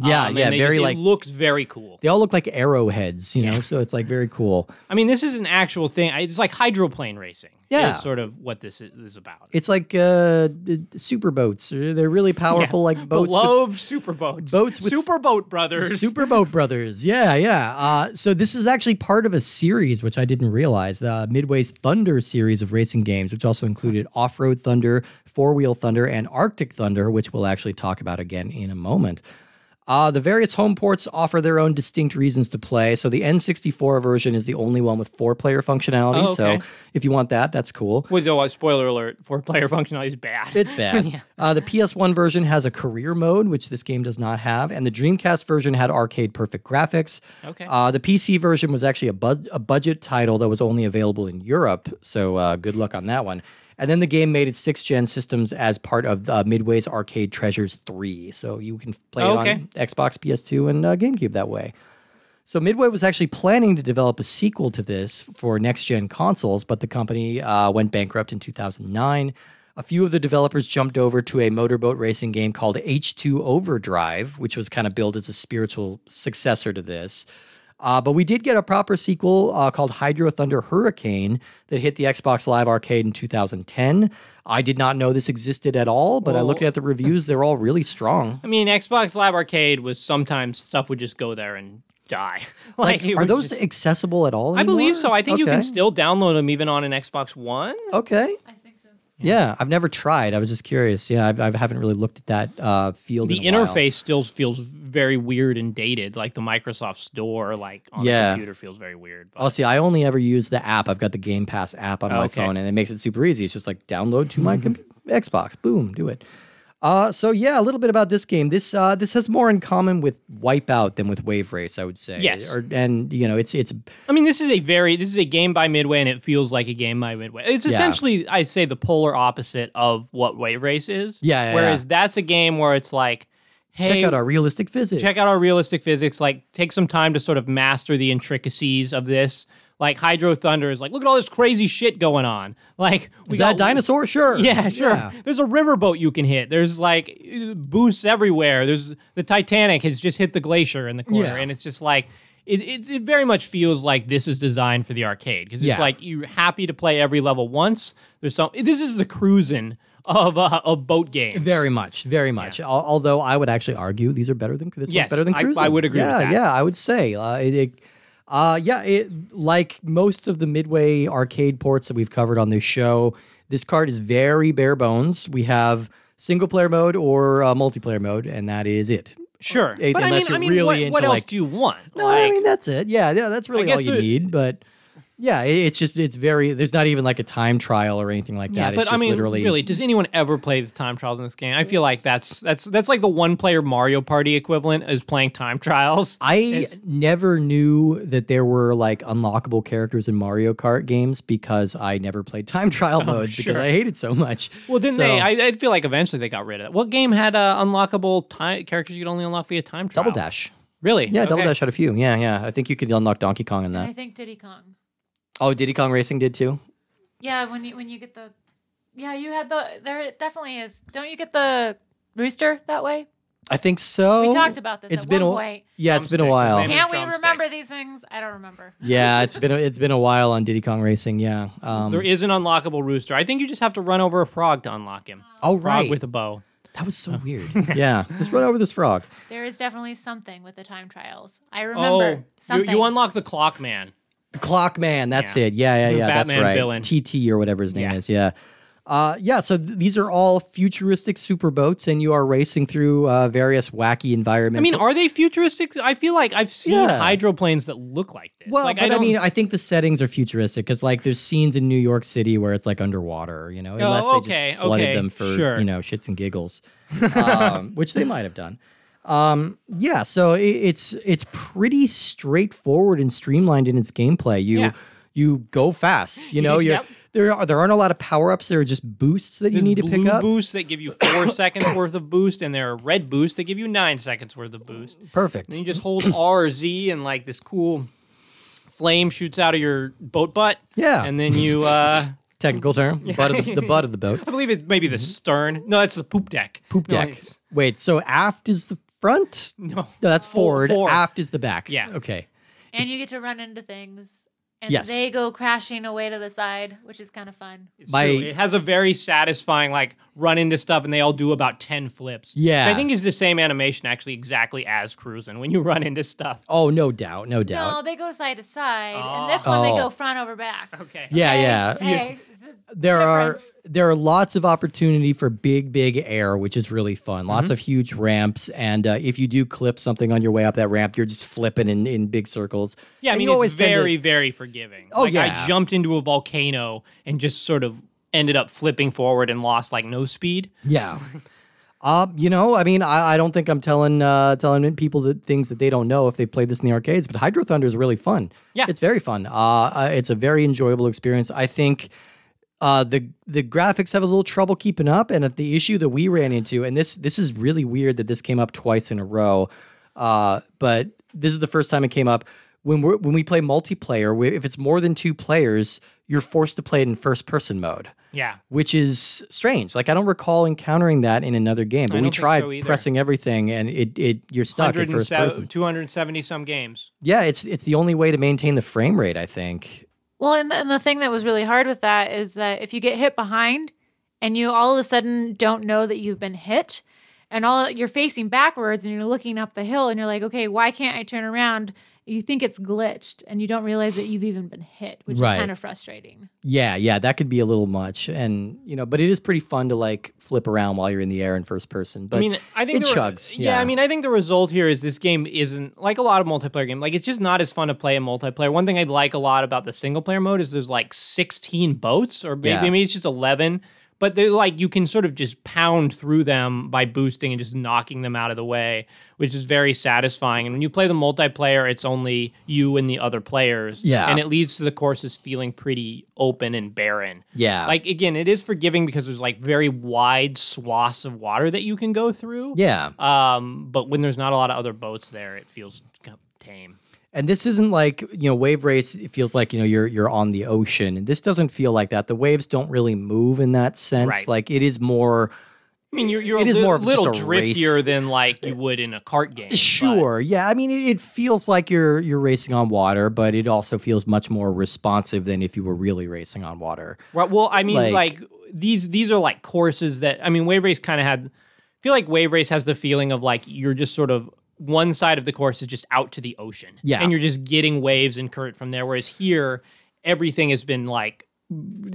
Speaker 1: yeah,
Speaker 2: um,
Speaker 1: yeah.
Speaker 2: and they
Speaker 1: Very
Speaker 2: just-
Speaker 1: like
Speaker 2: it looks very cool.
Speaker 1: they all look like arrowheads, you know. So it's like very cool.
Speaker 2: I mean, this is an actual thing. I- It's like hydroplane racing.
Speaker 1: Yeah.
Speaker 2: is sort of what this is, is about.
Speaker 1: It's like uh, d- super boats. They're really powerful, like boats. with-
Speaker 2: Love superboats.
Speaker 1: boats with-
Speaker 2: superboat brothers.
Speaker 1: Super Boat Brothers. Yeah, yeah. Uh, so this is actually part of a series which I didn't realize. The Midway's Thunder series of racing games, which also included Off Road Thunder, Four Wheel Thunder, and Arctic Thunder, which we'll actually talk about again in a moment. Uh, the various home ports offer their own distinct reasons to play. So the N64 version is the only one with four player functionality.
Speaker 2: Oh, okay.
Speaker 1: So if you want that, that's cool.
Speaker 2: Well, though, uh, spoiler alert: four player functionality is bad.
Speaker 1: It's bad. uh, the PS1 version has a career mode, which this game does not have, and the Dreamcast version had arcade perfect graphics.
Speaker 2: Okay.
Speaker 1: Uh, the PC version was actually a, bud- a budget title that was only available in Europe, so uh, good luck on that one. And then the game made its sixth gen systems as part of uh, Midway's Arcade Treasures 3, so you can play
Speaker 2: Oh, okay.
Speaker 1: it on Xbox, PS2, and uh, GameCube that way. So Midway was actually planning to develop a sequel to this for next gen consoles, but the company uh, went bankrupt in 2009. A few of the developers jumped over to a motorboat racing game called H2 Overdrive, which was kind of billed as a spiritual successor to this. Uh, but we did get a proper sequel uh, called Hydro Thunder Hurricane that hit the Xbox Live Arcade in 2010. I did not know this existed at all, but I looked at the reviews; they're all really strong.
Speaker 2: I mean, Xbox Live Arcade was sometimes stuff would just go there and die.
Speaker 1: Like,
Speaker 2: it
Speaker 1: are
Speaker 2: was
Speaker 1: those
Speaker 2: just-
Speaker 1: accessible at all?
Speaker 2: I believe
Speaker 1: anymore?
Speaker 2: so. I think you can
Speaker 1: Okay.
Speaker 2: still download them even on an Xbox One.
Speaker 1: Okay.
Speaker 3: I think so.
Speaker 1: Yeah. I've never tried. I was just curious. Yeah, I've, I haven't really looked at that uh, field.
Speaker 2: The
Speaker 1: in a while.
Speaker 2: interface still feels very weird and dated. Like the Microsoft Store, like on
Speaker 1: Yeah.
Speaker 2: the computer, feels very weird. But
Speaker 1: Oh, see, I only ever use the app. I've got the Game Pass app on my
Speaker 2: Okay. Mm-hmm.
Speaker 1: phone, and it makes it super easy. It's just like download to my com- Xbox. Boom, do it. Uh, so yeah, a little bit about this game. This uh, this has more in common with Wipeout than with Wave Race, I would say.
Speaker 2: Yes.
Speaker 1: Or, and you know, it's it's
Speaker 2: I mean, this is a very this is a game by Midway, and it feels like a game by Midway. It's
Speaker 1: Yeah.
Speaker 2: essentially, I'd say, the polar opposite of what Wave Race is.
Speaker 1: Yeah, yeah,
Speaker 2: Whereas that's a game where it's like, hey,
Speaker 1: check out our realistic physics.
Speaker 2: check out our realistic physics. Like, take some time to sort of master the intricacies of this. Like, Hydro Thunder is like, look at all this crazy shit going on. Like, we
Speaker 1: Is that a
Speaker 2: got-
Speaker 1: dinosaur? Sure.
Speaker 2: Yeah, sure.
Speaker 1: Yeah.
Speaker 2: There's a riverboat you can hit. There's like uh, boosts everywhere. There's the Titanic has just hit the glacier in the corner,
Speaker 1: Yeah.
Speaker 2: and it's just like it, it. It very much feels like this is designed for the arcade because it's
Speaker 1: Yeah.
Speaker 2: like you're happy to play every level once. There's some. This is the cruising of uh, of boat games.
Speaker 1: Very much, very much. Al- Although I would actually argue these are better than this
Speaker 2: Yes,
Speaker 1: one's better than
Speaker 2: I- I
Speaker 1: cruising.
Speaker 2: would agree with
Speaker 1: Yeah,
Speaker 2: that.
Speaker 1: yeah, I would say. Uh, it, it- uh, yeah, it, like most of the Midway arcade ports that we've covered on this show, this card is very bare bones. We have single player mode or uh, multiplayer mode, and that is it.
Speaker 2: sure.
Speaker 1: Eh,
Speaker 2: But I mean,
Speaker 1: unless
Speaker 2: I
Speaker 1: you're
Speaker 2: mean,
Speaker 1: really
Speaker 2: what,
Speaker 1: into,
Speaker 2: what else
Speaker 1: like-
Speaker 2: do you want?
Speaker 1: No, I
Speaker 2: Like,
Speaker 1: mean that's it. Yeah, yeah, that's really all
Speaker 2: guess
Speaker 1: you
Speaker 2: the-
Speaker 1: need. But yeah, it, it's just it's very. There's not even like a time trial or anything like
Speaker 2: yeah,
Speaker 1: that.
Speaker 2: but
Speaker 1: it's
Speaker 2: I
Speaker 1: just
Speaker 2: mean,
Speaker 1: literally
Speaker 2: really, does anyone ever play the time trials in this game? I feel like that's that's that's like the one player Mario Party equivalent is playing time trials.
Speaker 1: I
Speaker 2: It's-
Speaker 1: never knew that there were like unlockable characters in Mario Kart games because I never played time trial modes
Speaker 2: Oh, sure.
Speaker 1: because I hate it so much.
Speaker 2: Well, didn't
Speaker 1: So-
Speaker 2: they? I, I feel like eventually they got rid of it. What game had uh, unlockable time characters you could only unlock via time trial?
Speaker 1: Double Dash.
Speaker 2: Really?
Speaker 1: Yeah, Double
Speaker 2: Okay.
Speaker 1: Dash had a few. Yeah, yeah. I think you could unlock Donkey Kong in
Speaker 3: And I
Speaker 1: that.
Speaker 3: think Diddy Kong.
Speaker 1: Oh, Diddy Kong Racing did too.
Speaker 3: Yeah, when you when you get the Yeah, you had the there it definitely is. Don't you get the rooster that way?
Speaker 1: I think so.
Speaker 3: We talked about this
Speaker 1: It's
Speaker 3: at
Speaker 1: been
Speaker 3: one
Speaker 1: a
Speaker 3: point.
Speaker 1: yeah, it's been a
Speaker 2: Drumstick.
Speaker 1: while.
Speaker 2: His name is
Speaker 3: Can't we
Speaker 2: Drumstick.
Speaker 3: remember these things? I don't remember.
Speaker 1: Yeah, it's been a, it's been a while on Diddy Kong Racing. Yeah. Um,
Speaker 2: There is an unlockable rooster. I think you just have to run over a frog to unlock him.
Speaker 1: oh
Speaker 2: Frog
Speaker 1: right,
Speaker 2: with Oh. a bow.
Speaker 1: that was so weird. yeah, just run over this frog.
Speaker 3: There is definitely something with the time trials. I remember
Speaker 2: oh, you,
Speaker 3: something.
Speaker 2: you unlock the clock man.
Speaker 1: The Clock Man, that's
Speaker 2: Yeah.
Speaker 1: it. Yeah, yeah,
Speaker 2: The
Speaker 1: yeah. That's
Speaker 2: Batman
Speaker 1: right.
Speaker 2: villain.
Speaker 1: TT or whatever his name
Speaker 2: Yeah.
Speaker 1: is. Yeah. Uh, yeah, so th- these are all futuristic superboats, and you are racing through uh, various wacky
Speaker 2: I
Speaker 1: environments.
Speaker 2: mean, are they futuristic? I feel like I've seen
Speaker 1: Yeah.
Speaker 2: hydroplanes that look like this.
Speaker 1: well,
Speaker 2: like,
Speaker 1: but I,
Speaker 2: don't-
Speaker 1: mean, I think the settings are futuristic because, like, there's scenes in New York City where it's like underwater, you know, unless they
Speaker 2: Oh, okay,
Speaker 1: just flooded
Speaker 2: okay,
Speaker 1: them for
Speaker 2: sure.
Speaker 1: you know shits and giggles, um, which they might have done. Um, yeah, so i it's it's pretty straightforward and streamlined in its gameplay. You
Speaker 2: Yeah.
Speaker 1: you go fast, you know. You're,
Speaker 2: Yep.
Speaker 1: There are there aren't a lot of power ups. There are just boosts that you
Speaker 2: There's
Speaker 1: need to
Speaker 2: blue
Speaker 1: pick up.
Speaker 2: boosts that give you four seconds worth of boost, and there are red boosts that give you nine seconds worth of boost.
Speaker 1: Perfect.
Speaker 2: And you just hold R Z and like this cool flame shoots out of your boat butt.
Speaker 1: Yeah.
Speaker 2: And then you, uh,
Speaker 1: Technical term, butt of the, the butt of the boat.
Speaker 2: I believe it's maybe the stern. No, that's the poop deck.
Speaker 1: Mm-hmm. Poop
Speaker 2: No,
Speaker 1: deck.
Speaker 2: it's-
Speaker 1: Wait, so aft is the front?
Speaker 2: No.
Speaker 1: No, that's
Speaker 2: Fore-
Speaker 1: forward.
Speaker 2: forward.
Speaker 1: Aft is the back.
Speaker 2: Yeah.
Speaker 1: Okay.
Speaker 3: And you get to run into things. And
Speaker 1: Yes.
Speaker 3: they go crashing away to the side, which is kind of fun.
Speaker 2: It's
Speaker 1: My-
Speaker 2: true. It has a very satisfying like run into stuff, and they all do about ten flips.
Speaker 1: Yeah.
Speaker 2: which I think is the same animation actually, exactly as cruising when you run into stuff.
Speaker 1: Oh, no doubt, no doubt.
Speaker 3: No, they go side to side. And this one,
Speaker 1: Oh.
Speaker 3: they go front over back.
Speaker 2: Okay.
Speaker 1: yeah,
Speaker 3: Hey,
Speaker 1: yeah.
Speaker 3: hey, it's a
Speaker 1: There are
Speaker 3: difference.
Speaker 1: there are lots of opportunity for big big air, which is really fun.
Speaker 2: Mm-hmm.
Speaker 1: Lots of huge ramps, and uh, if you do clip something on your way up that ramp, you're just flipping in, in big circles.
Speaker 2: Yeah, I
Speaker 1: And
Speaker 2: mean
Speaker 1: you
Speaker 2: it's
Speaker 1: tend to-
Speaker 2: very, very forgiving.
Speaker 1: Oh,
Speaker 2: like,
Speaker 1: yeah.
Speaker 2: I jumped into a volcano and just sort of ended up flipping forward and lost like no speed.
Speaker 1: Yeah. Uh, you know, I mean, I, I don't think I'm telling uh, telling people that things that they don't know if they played this in the arcades. But Hydro Thunder is really fun.
Speaker 2: Yeah.
Speaker 1: it's very fun. Uh, Uh, it's a very enjoyable experience. I think uh, the the graphics have a little trouble keeping up, and at the issue that we ran into, and this this is really weird that this came up twice in a row, uh, but this is the first time it came up. When we when we play multiplayer, we, if it's more than two players, you're forced to play it in first person mode
Speaker 2: Yeah.
Speaker 1: which is strange. Like I don't recall encountering that in another game, but
Speaker 2: I
Speaker 1: we
Speaker 2: don't think
Speaker 1: tried
Speaker 2: so either.
Speaker 1: pressing everything, and it it you're stuck at first
Speaker 2: 107
Speaker 1: person.
Speaker 2: 270 some games.
Speaker 1: Yeah, it's it's the only way to maintain the frame rate, I think.
Speaker 3: Well, and the, and the thing that was really hard with that is that if you get hit behind and you all of a sudden don't know that you've been hit and all you're facing backwards and you're looking up the hill and you're like, okay, why can't I turn around? You think it's glitched and you don't realize that you've even been hit, which
Speaker 1: Right.
Speaker 3: is kind of frustrating.
Speaker 1: Yeah, yeah, that could be a little much, and you know, but it is pretty fun to like flip around while you're in the air in first person. But
Speaker 2: I mean, I think
Speaker 1: it
Speaker 2: the re-
Speaker 1: chugs.
Speaker 2: yeah. I mean, I think the result here is this game isn't like a lot of multiplayer game. Like, it's just not as fun to play in multiplayer. One thing I like a lot about the single player mode is there's like 16 boats, or maybe,
Speaker 1: Yeah.
Speaker 2: maybe it's just 11. But they're like you can sort of just pound through them by boosting and just knocking them out of the way, which is very satisfying. And when you play the multiplayer, it's only you and the other players.
Speaker 1: Yeah.
Speaker 2: and it leads to the courses feeling pretty open and barren.
Speaker 1: yeah,
Speaker 2: Like again, it is forgiving because there's like very wide swaths of water that you can go through.
Speaker 1: yeah.
Speaker 2: Um, but when there's not a lot of other boats there, it feels k- tame.
Speaker 1: And this isn't like you know wave race. It feels like you know you're you're on the ocean, and this doesn't feel like that. The waves don't really move in that sense.
Speaker 2: Right.
Speaker 1: Like it is more
Speaker 2: I mean, you're, you're
Speaker 1: It
Speaker 2: a
Speaker 1: is
Speaker 2: li-
Speaker 1: more of just
Speaker 2: little
Speaker 1: a race.
Speaker 2: driftier than like you would in a cart game. but-
Speaker 1: Sure. Yeah. I mean, it, it feels like you're you're racing on water, but it also feels much more responsive than if you were really racing on water.
Speaker 2: Right. Well, I mean,
Speaker 1: Like-
Speaker 2: like, these these are like courses that I mean, Wave Race kind of had. I feel like Wave Race has the feeling of like you're just sort of one side of the course is just out to the ocean,
Speaker 1: Yeah.
Speaker 2: and you're just getting waves and current from there. Whereas here, everything has been like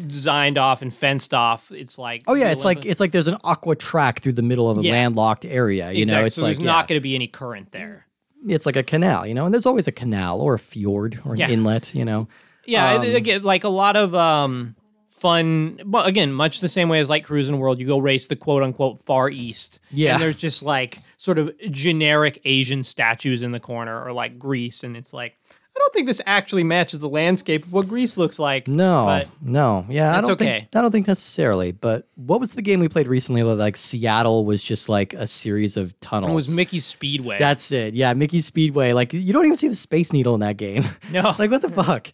Speaker 2: designed off and fenced off. It's like
Speaker 1: Oh yeah, it's like it's like there's an aqua track through the middle of a
Speaker 2: Yeah.
Speaker 1: landlocked area. You know,
Speaker 2: Exactly.
Speaker 1: it's
Speaker 2: so
Speaker 1: like
Speaker 2: there's not going to be any current there.
Speaker 1: yeah, it's like a canal. You know, and there's always a canal or a fjord or an
Speaker 2: Yeah.
Speaker 1: inlet. You know,
Speaker 2: Yeah,
Speaker 1: Um,
Speaker 2: I- again, like a lot of um, fun. But again, much the same way as like Cruising World, you go race the quote unquote Far East.
Speaker 1: Yeah.
Speaker 2: and there's just like sort of generic Asian statues in the corner, or like Greece, and it's like I don't think this actually matches the landscape of what Greece looks like.
Speaker 1: no,
Speaker 2: but
Speaker 1: no, yeah, I
Speaker 2: that's
Speaker 1: don't
Speaker 2: okay.
Speaker 1: think I don't think necessarily. But what was the game we played recently? that, Like Seattle was just like a series of tunnels.
Speaker 2: it was Mickey Speedway.
Speaker 1: That's it. Yeah, Mickey Speedway. Like you don't even see the Space Needle in that game.
Speaker 2: No.
Speaker 1: like what the fuck?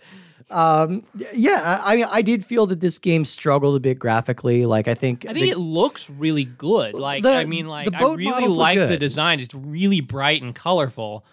Speaker 1: Um, yeah, I I mean, I did feel that this game struggled a bit graphically. Like I think,
Speaker 2: I think
Speaker 1: the-
Speaker 2: it looks really good. Like
Speaker 1: The-
Speaker 2: I mean, like
Speaker 1: the
Speaker 2: I
Speaker 1: boat
Speaker 2: really
Speaker 1: models look
Speaker 2: like the
Speaker 1: good.
Speaker 2: design. It's really bright and colorful.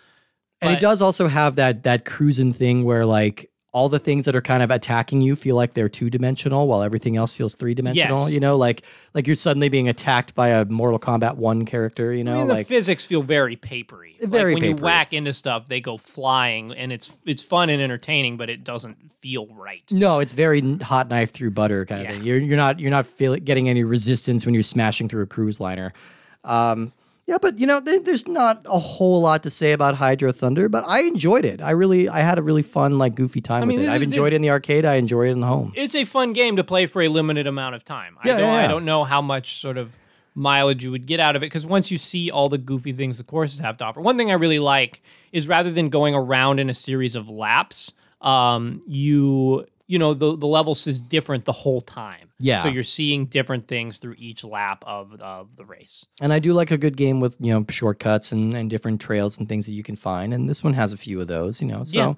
Speaker 1: and it
Speaker 2: but-
Speaker 1: does also have that that cruising thing where like all the things that are kind of attacking you feel like they're two dimensional, while everything else feels three dimensional.
Speaker 2: Yes.
Speaker 1: You know, like like you're suddenly being attacked by a Mortal Kombat one character. You know,
Speaker 2: I mean,
Speaker 1: like
Speaker 2: the physics feel very papery. Like,
Speaker 1: Very
Speaker 2: when
Speaker 1: papery.
Speaker 2: you whack into stuff, they go flying, and it's it's fun and entertaining, but it doesn't feel right.
Speaker 1: No, it's very n- hot knife through butter kind
Speaker 2: Yeah.
Speaker 1: of thing. You're you're not you're not feel, getting any resistance when you're smashing through a cruise liner. Um, yeah, but you know, there, there's not a whole lot to say about Hydro Thunder, but I enjoyed it. I really I had a really fun like goofy time with
Speaker 2: mean,
Speaker 1: it.
Speaker 2: this
Speaker 1: I've
Speaker 2: is-
Speaker 1: enjoyed it in the arcade. I enjoy it in the home.
Speaker 2: It's a fun game to play for a limited amount of time.
Speaker 1: Yeah,
Speaker 2: I don't,
Speaker 1: yeah, yeah.
Speaker 2: I don't know how much sort of mileage you would get out of it because once you see all the goofy things the courses have to offer, one thing I really like is rather than going around in a series of laps, um, you you know the the levels is different the whole time.
Speaker 1: Yeah.
Speaker 2: so you're seeing different things through each lap of of the race.
Speaker 1: And I do like a good game with you know shortcuts and and different trails and things that you can find. And this one has a few of those. You know, so.
Speaker 2: Yeah.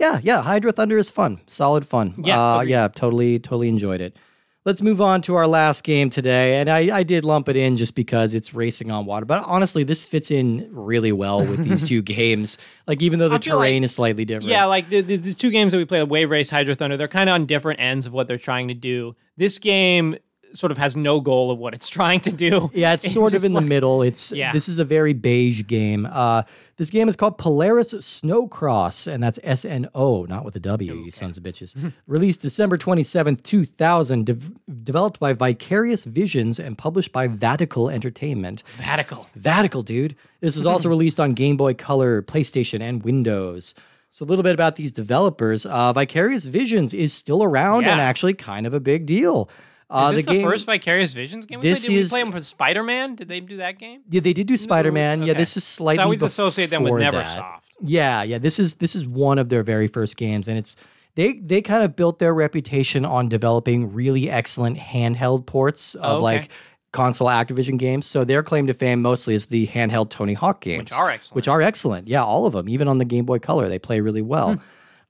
Speaker 1: Yeah, yeah. Hydra Thunder is fun. Solid fun.
Speaker 2: Yeah,
Speaker 1: uh,
Speaker 2: agreed.
Speaker 1: yeah. Totally, totally enjoyed it. Let's move on to our last game today, and I, I did lump it in just because it's racing on water. But honestly, this fits in really well with these two games. Like even though the
Speaker 2: I feel like-
Speaker 1: terrain is slightly different.
Speaker 2: Yeah, like the, the, the two games that we played, Wave Race, Hydro Thunder, they're kind of on different ends of what they're trying to do. This game sort of has no goal of what it's trying to do.
Speaker 1: Yeah, it's sort of in the middle. It's
Speaker 2: Yeah.
Speaker 1: this is a very beige game. Uh, this game is called Polaris Snow Cross, and that's S N O, not with a W. You sons of bitches. Released December twenty seventh, two thousand. dev developed by Vicarious Visions and published by Vatical Entertainment.
Speaker 2: Vatical.
Speaker 1: Vatical, dude. This was also released on Game Boy Color, PlayStation, and Windows. So a little bit about these developers. Uh, Vicarious Visions is still around and
Speaker 2: Yeah.
Speaker 1: actually kind of a big deal. Uh,
Speaker 2: Is this the,
Speaker 1: game-
Speaker 2: first Vicarious Visions game we
Speaker 1: This
Speaker 2: played? Did
Speaker 1: is-
Speaker 2: we play them for Spider Man? Did they do that game?
Speaker 1: Yeah, they did do Spider Man. Yeah,
Speaker 2: Okay.
Speaker 1: this is slightly.
Speaker 2: So I always associate them with
Speaker 1: before
Speaker 2: Neversoft.
Speaker 1: that. Yeah, yeah. This is this is one of their very first games, and it's they they kind of built their reputation on developing really excellent handheld ports of
Speaker 2: Oh, okay.
Speaker 1: like console Activision games. So their claim to fame mostly is the handheld Tony Hawk games,
Speaker 2: are excellent.
Speaker 1: Which are excellent. Yeah, all of them, even on the Game Boy Color, they play really well.
Speaker 2: Hmm.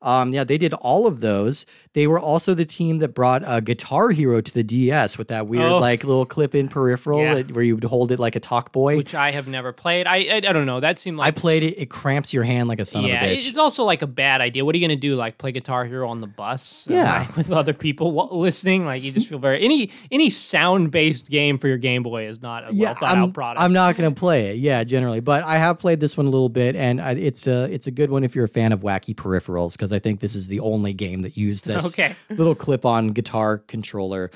Speaker 1: Um, yeah, they did all of those. They were also the team that brought uh, Guitar Hero to the DS with that weird,
Speaker 2: Oh.
Speaker 1: like little clip-in peripheral
Speaker 2: Yeah.
Speaker 1: that, where you would hold it like a talk boy.
Speaker 2: Which I have never played. I, I I don't know. That seemed like
Speaker 1: I played it. It cramps your hand like a son
Speaker 2: yeah,
Speaker 1: of a
Speaker 2: it-
Speaker 1: bitch.
Speaker 2: it's also like a bad idea. What are you gonna do? Like play Guitar Hero on the bus? and,
Speaker 1: Yeah.
Speaker 2: like, with other people wa- listening. Like you just feel very any any sound based game for your Game Boy is not a well thought
Speaker 1: I'm,
Speaker 2: out product.
Speaker 1: I'm not gonna play it. Yeah, generally, but I have played this one a little bit, and I, it's a it's a good one if you're a fan of wacky peripherals because I think this is the only game that used this
Speaker 2: Okay.
Speaker 1: little clip-on guitar controller.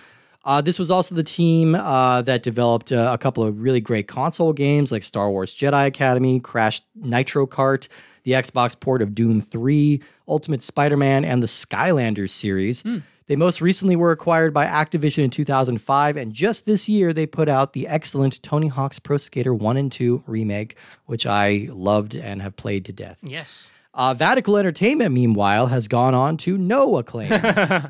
Speaker 1: Uh, this was also the team uh, that developed uh, a couple of really great console games like Star Wars Jedi Academy, Crash Nitro Kart, the Xbox port of Doom 3, Ultimate Spider Man, and the Skylanders series. They most recently were acquired by Activision in 2005, and just this year they put out the excellent Tony Hawk's Pro Skater 1 and 2 remake, which I loved and have played to death.
Speaker 2: yes.
Speaker 1: Uh, Vatical Entertainment, meanwhile, has gone on to no acclaim.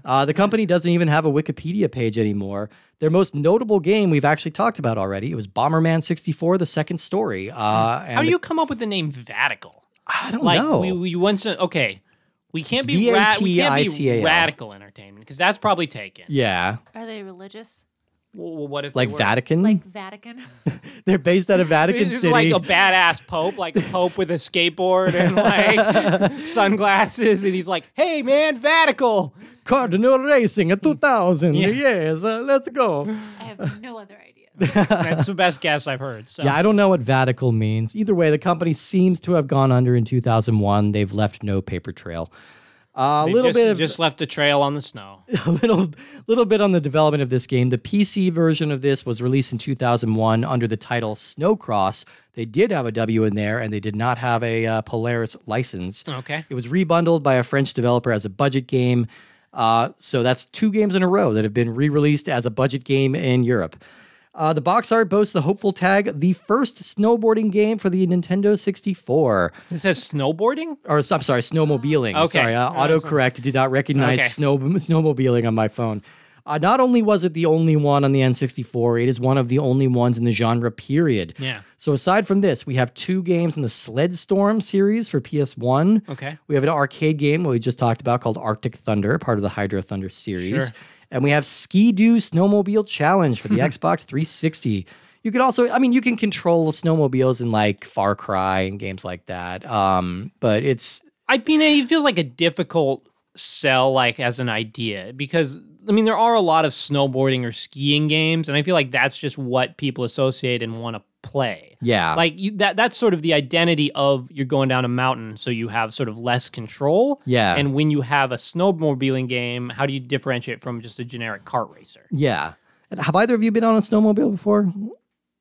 Speaker 1: uh, the company doesn't even have a Wikipedia page anymore. Their most notable game we've actually talked about already. It was Bomberman 64, The Second Story. Uh, and
Speaker 2: How do you come up with the name Vatical?
Speaker 1: I don't
Speaker 2: Like
Speaker 1: know.
Speaker 2: we, we once okay, we can't be ra- we can't be
Speaker 1: V-A-T-I-C-A-L.
Speaker 2: radical entertainment because that's probably taken.
Speaker 1: yeah,
Speaker 3: Are they religious?
Speaker 2: W- w- what if
Speaker 1: like
Speaker 2: they were?
Speaker 1: Vatican.
Speaker 3: Like Vatican?
Speaker 1: They're based out of Vatican
Speaker 2: It's
Speaker 1: City.
Speaker 2: like a badass pope, like a pope with a skateboard and like sunglasses, and he's like, "Hey, man, Vatical."
Speaker 1: Cardinal Racing at 2000. Yes, uh, let's go.
Speaker 3: I have no other idea.
Speaker 2: That's the best guess I've heard. So
Speaker 1: Yeah, I don't know what Vatical means. Either way, the company seems to have gone under in 2001. They've left no paper trail. Uh, a
Speaker 2: They
Speaker 1: little
Speaker 2: just,
Speaker 1: bit of
Speaker 2: just left a trail on the snow.
Speaker 1: a little little bit on the development of this game. The PC version of this was released in 2001 under the title Snowcross. They did have a W in there, and they did not have a uh, Polaris license.
Speaker 2: Okay.
Speaker 1: It was rebundled by a French developer as a budget game. Uh, so that's two games in a row that have been re released as a budget game in Europe. Uh, the box art boasts the hopeful tag, the first snowboarding game for the Nintendo 64.
Speaker 2: It says snowboarding.
Speaker 1: Or, I'm sorry, snowmobiling.
Speaker 2: Okay.
Speaker 1: Sorry, uh,
Speaker 2: Oh, that's
Speaker 1: autocorrect did not recognize
Speaker 2: Okay.
Speaker 1: snow, snowmobiling on my phone. Uh, not only was it the only one on the N64, it is one of the only ones in the genre, period.
Speaker 2: Yeah.
Speaker 1: So, aside from this, we have two games in the Sled Storm series for PS1.
Speaker 2: Okay.
Speaker 1: We have an arcade game that we just talked about called Arctic Thunder, part of the Hydro Thunder series.
Speaker 2: Sure.
Speaker 1: And we have Ski Doo Snowmobile Challenge for the Xbox 360. You could also, I mean, you can control snowmobiles in like Far Cry and games like that. Um, but it's,
Speaker 2: I mean, it feels like a difficult sell, like as an idea, because I mean, there are a lot of snowboarding or skiing games, and I feel like that's just what people associate and want to play.
Speaker 1: yeah.
Speaker 2: Like you, that that's sort of the identity of you're going down a mountain, so you have sort of less control.
Speaker 1: Yeah.
Speaker 2: And when you have a snowmobiling game, how do you differentiate from just a generic kart racer?
Speaker 1: yeah. Have either of you been on a snowmobile before?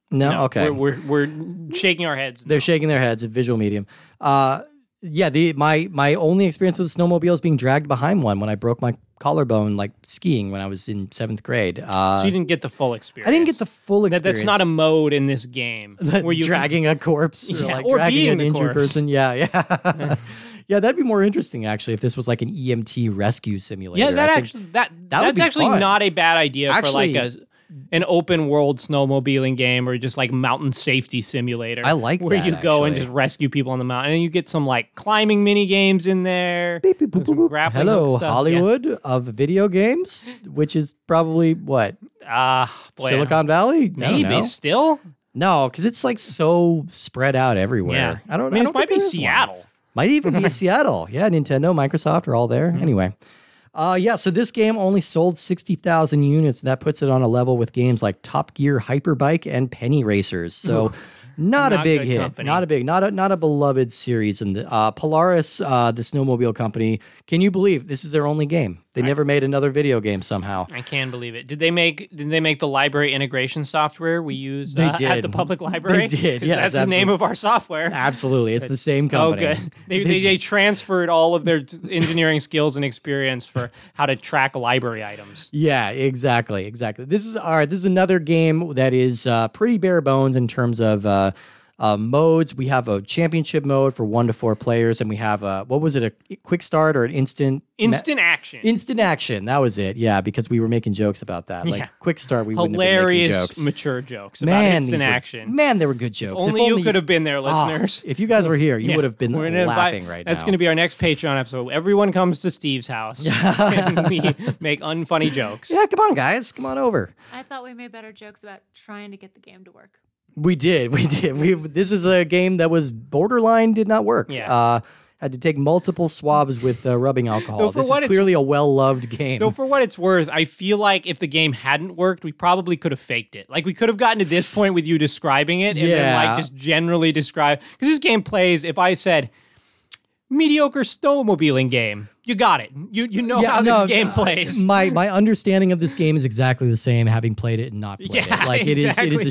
Speaker 1: No? okay.
Speaker 2: We're we're, we're shaking our heads.
Speaker 1: They're shaking their heads at visual medium. Uh, yeah, the my my only experience with a snowmobile is being dragged behind one when I broke my collarbone like skiing when I was in seventh grade. Uh,
Speaker 2: so you didn't get the full experience.
Speaker 1: I didn't get the full
Speaker 2: That,
Speaker 1: experience.
Speaker 2: that's not a mode in this game where you
Speaker 1: dragging a corpse or
Speaker 2: Yeah,
Speaker 1: like
Speaker 2: or
Speaker 1: dragging
Speaker 2: being
Speaker 1: an
Speaker 2: the
Speaker 1: injured
Speaker 2: corpse.
Speaker 1: person. Yeah, yeah, yeah. That'd be more interesting actually if this was like an EMT rescue simulator.
Speaker 2: Yeah, that
Speaker 1: I think-
Speaker 2: actually that,
Speaker 1: that would
Speaker 2: that's
Speaker 1: be
Speaker 2: actually
Speaker 1: fun.
Speaker 2: not a bad idea for
Speaker 1: Actually,
Speaker 2: like a an open world snowmobiling game or just like mountain safety simulator.
Speaker 1: I like
Speaker 2: where
Speaker 1: that,
Speaker 2: you go and
Speaker 1: actually.
Speaker 2: just rescue people on the mountain, and you get some like climbing mini games in there. and some grappling
Speaker 1: Hello,
Speaker 2: hook stuff. Yeah.
Speaker 1: Hollywood of video games, which is probably what
Speaker 2: Ah, boy, uh,
Speaker 1: Silicon Valley. I don't
Speaker 2: Maybe
Speaker 1: know.
Speaker 2: still.
Speaker 1: No, because it's like so spread out everywhere. I don't.
Speaker 2: I mean,
Speaker 1: I
Speaker 2: it
Speaker 1: don't think
Speaker 2: might be
Speaker 1: there is one.
Speaker 2: Seattle.
Speaker 1: Might even be Seattle. Yeah, Nintendo, Microsoft are all there. Anyway. Uh, yeah, so this game only sold 60,000 units. That puts it on a level with games like Top Gear Hyperbike and Penny Racers. So not, a
Speaker 2: Not
Speaker 1: big
Speaker 2: good
Speaker 1: hit.
Speaker 2: company.
Speaker 1: Not a big, not a, not a beloved series. And the, uh, Polaris, uh, the snowmobile company, can you believe this is their only game? They never made another video game somehow.
Speaker 2: I can believe it. Did they make? Did they make the library integration software we use
Speaker 1: They
Speaker 2: uh, at
Speaker 1: did.
Speaker 2: the public library?
Speaker 1: They did,
Speaker 2: 'Cause
Speaker 1: yes,
Speaker 2: that's the name
Speaker 1: absolutely.
Speaker 2: of our software.
Speaker 1: Absolutely. It's the same
Speaker 2: Oh,
Speaker 1: company.
Speaker 2: good. They, they, they transferred all of their t- engineering skills and experience for how to track library items.
Speaker 1: Yeah, exactly, exactly. This is all right. This is another game that is uh, pretty bare bones in terms of uh, uh, modes. We have a championship mode for one to four players, and we have a what was it a quick start or an instant
Speaker 2: Instant action.
Speaker 1: instant action? That was it. Yeah, because we were making jokes about that. Like
Speaker 2: Yeah.
Speaker 1: quick start, we wouldn't have been making
Speaker 2: Hilarious,
Speaker 1: jokes.
Speaker 2: mature jokes
Speaker 1: Man,
Speaker 2: about
Speaker 1: these
Speaker 2: instant
Speaker 1: were-
Speaker 2: action.
Speaker 1: Man, they were good jokes. If
Speaker 2: only, you could have been there,
Speaker 1: ah,
Speaker 2: listeners.
Speaker 1: if you guys were here, you
Speaker 2: Yeah.
Speaker 1: would have been
Speaker 2: We're
Speaker 1: laughing
Speaker 2: gonna invite-
Speaker 1: right now.
Speaker 2: That's going to be our next Patreon episode. Everyone comes to Steve's house and we make unfunny jokes.
Speaker 1: yeah. Come on, guys, come on over.
Speaker 3: I thought we made better jokes about trying to get the game to work.
Speaker 1: We did. We did. We this is a game that was borderline did not work.
Speaker 2: Yeah.
Speaker 1: Uh, had to take multiple swabs with uh, rubbing alcohol.
Speaker 2: Though for
Speaker 1: This is
Speaker 2: what it's-
Speaker 1: clearly a well-loved game.
Speaker 2: Though for what it's worth, I feel like if the game hadn't worked, we probably could have faked it. Like we could have gotten to this point with you describing it and then
Speaker 1: Yeah.
Speaker 2: like just generally describe because this game plays if I said mediocre snowmobiling game, you got it. You you know how
Speaker 1: no,
Speaker 2: this game
Speaker 1: uh,
Speaker 2: plays.
Speaker 1: My my understanding of this game is exactly the same, having played it and not played
Speaker 2: Yeah,
Speaker 1: it. Like it is, it is
Speaker 2: exactly.
Speaker 1: a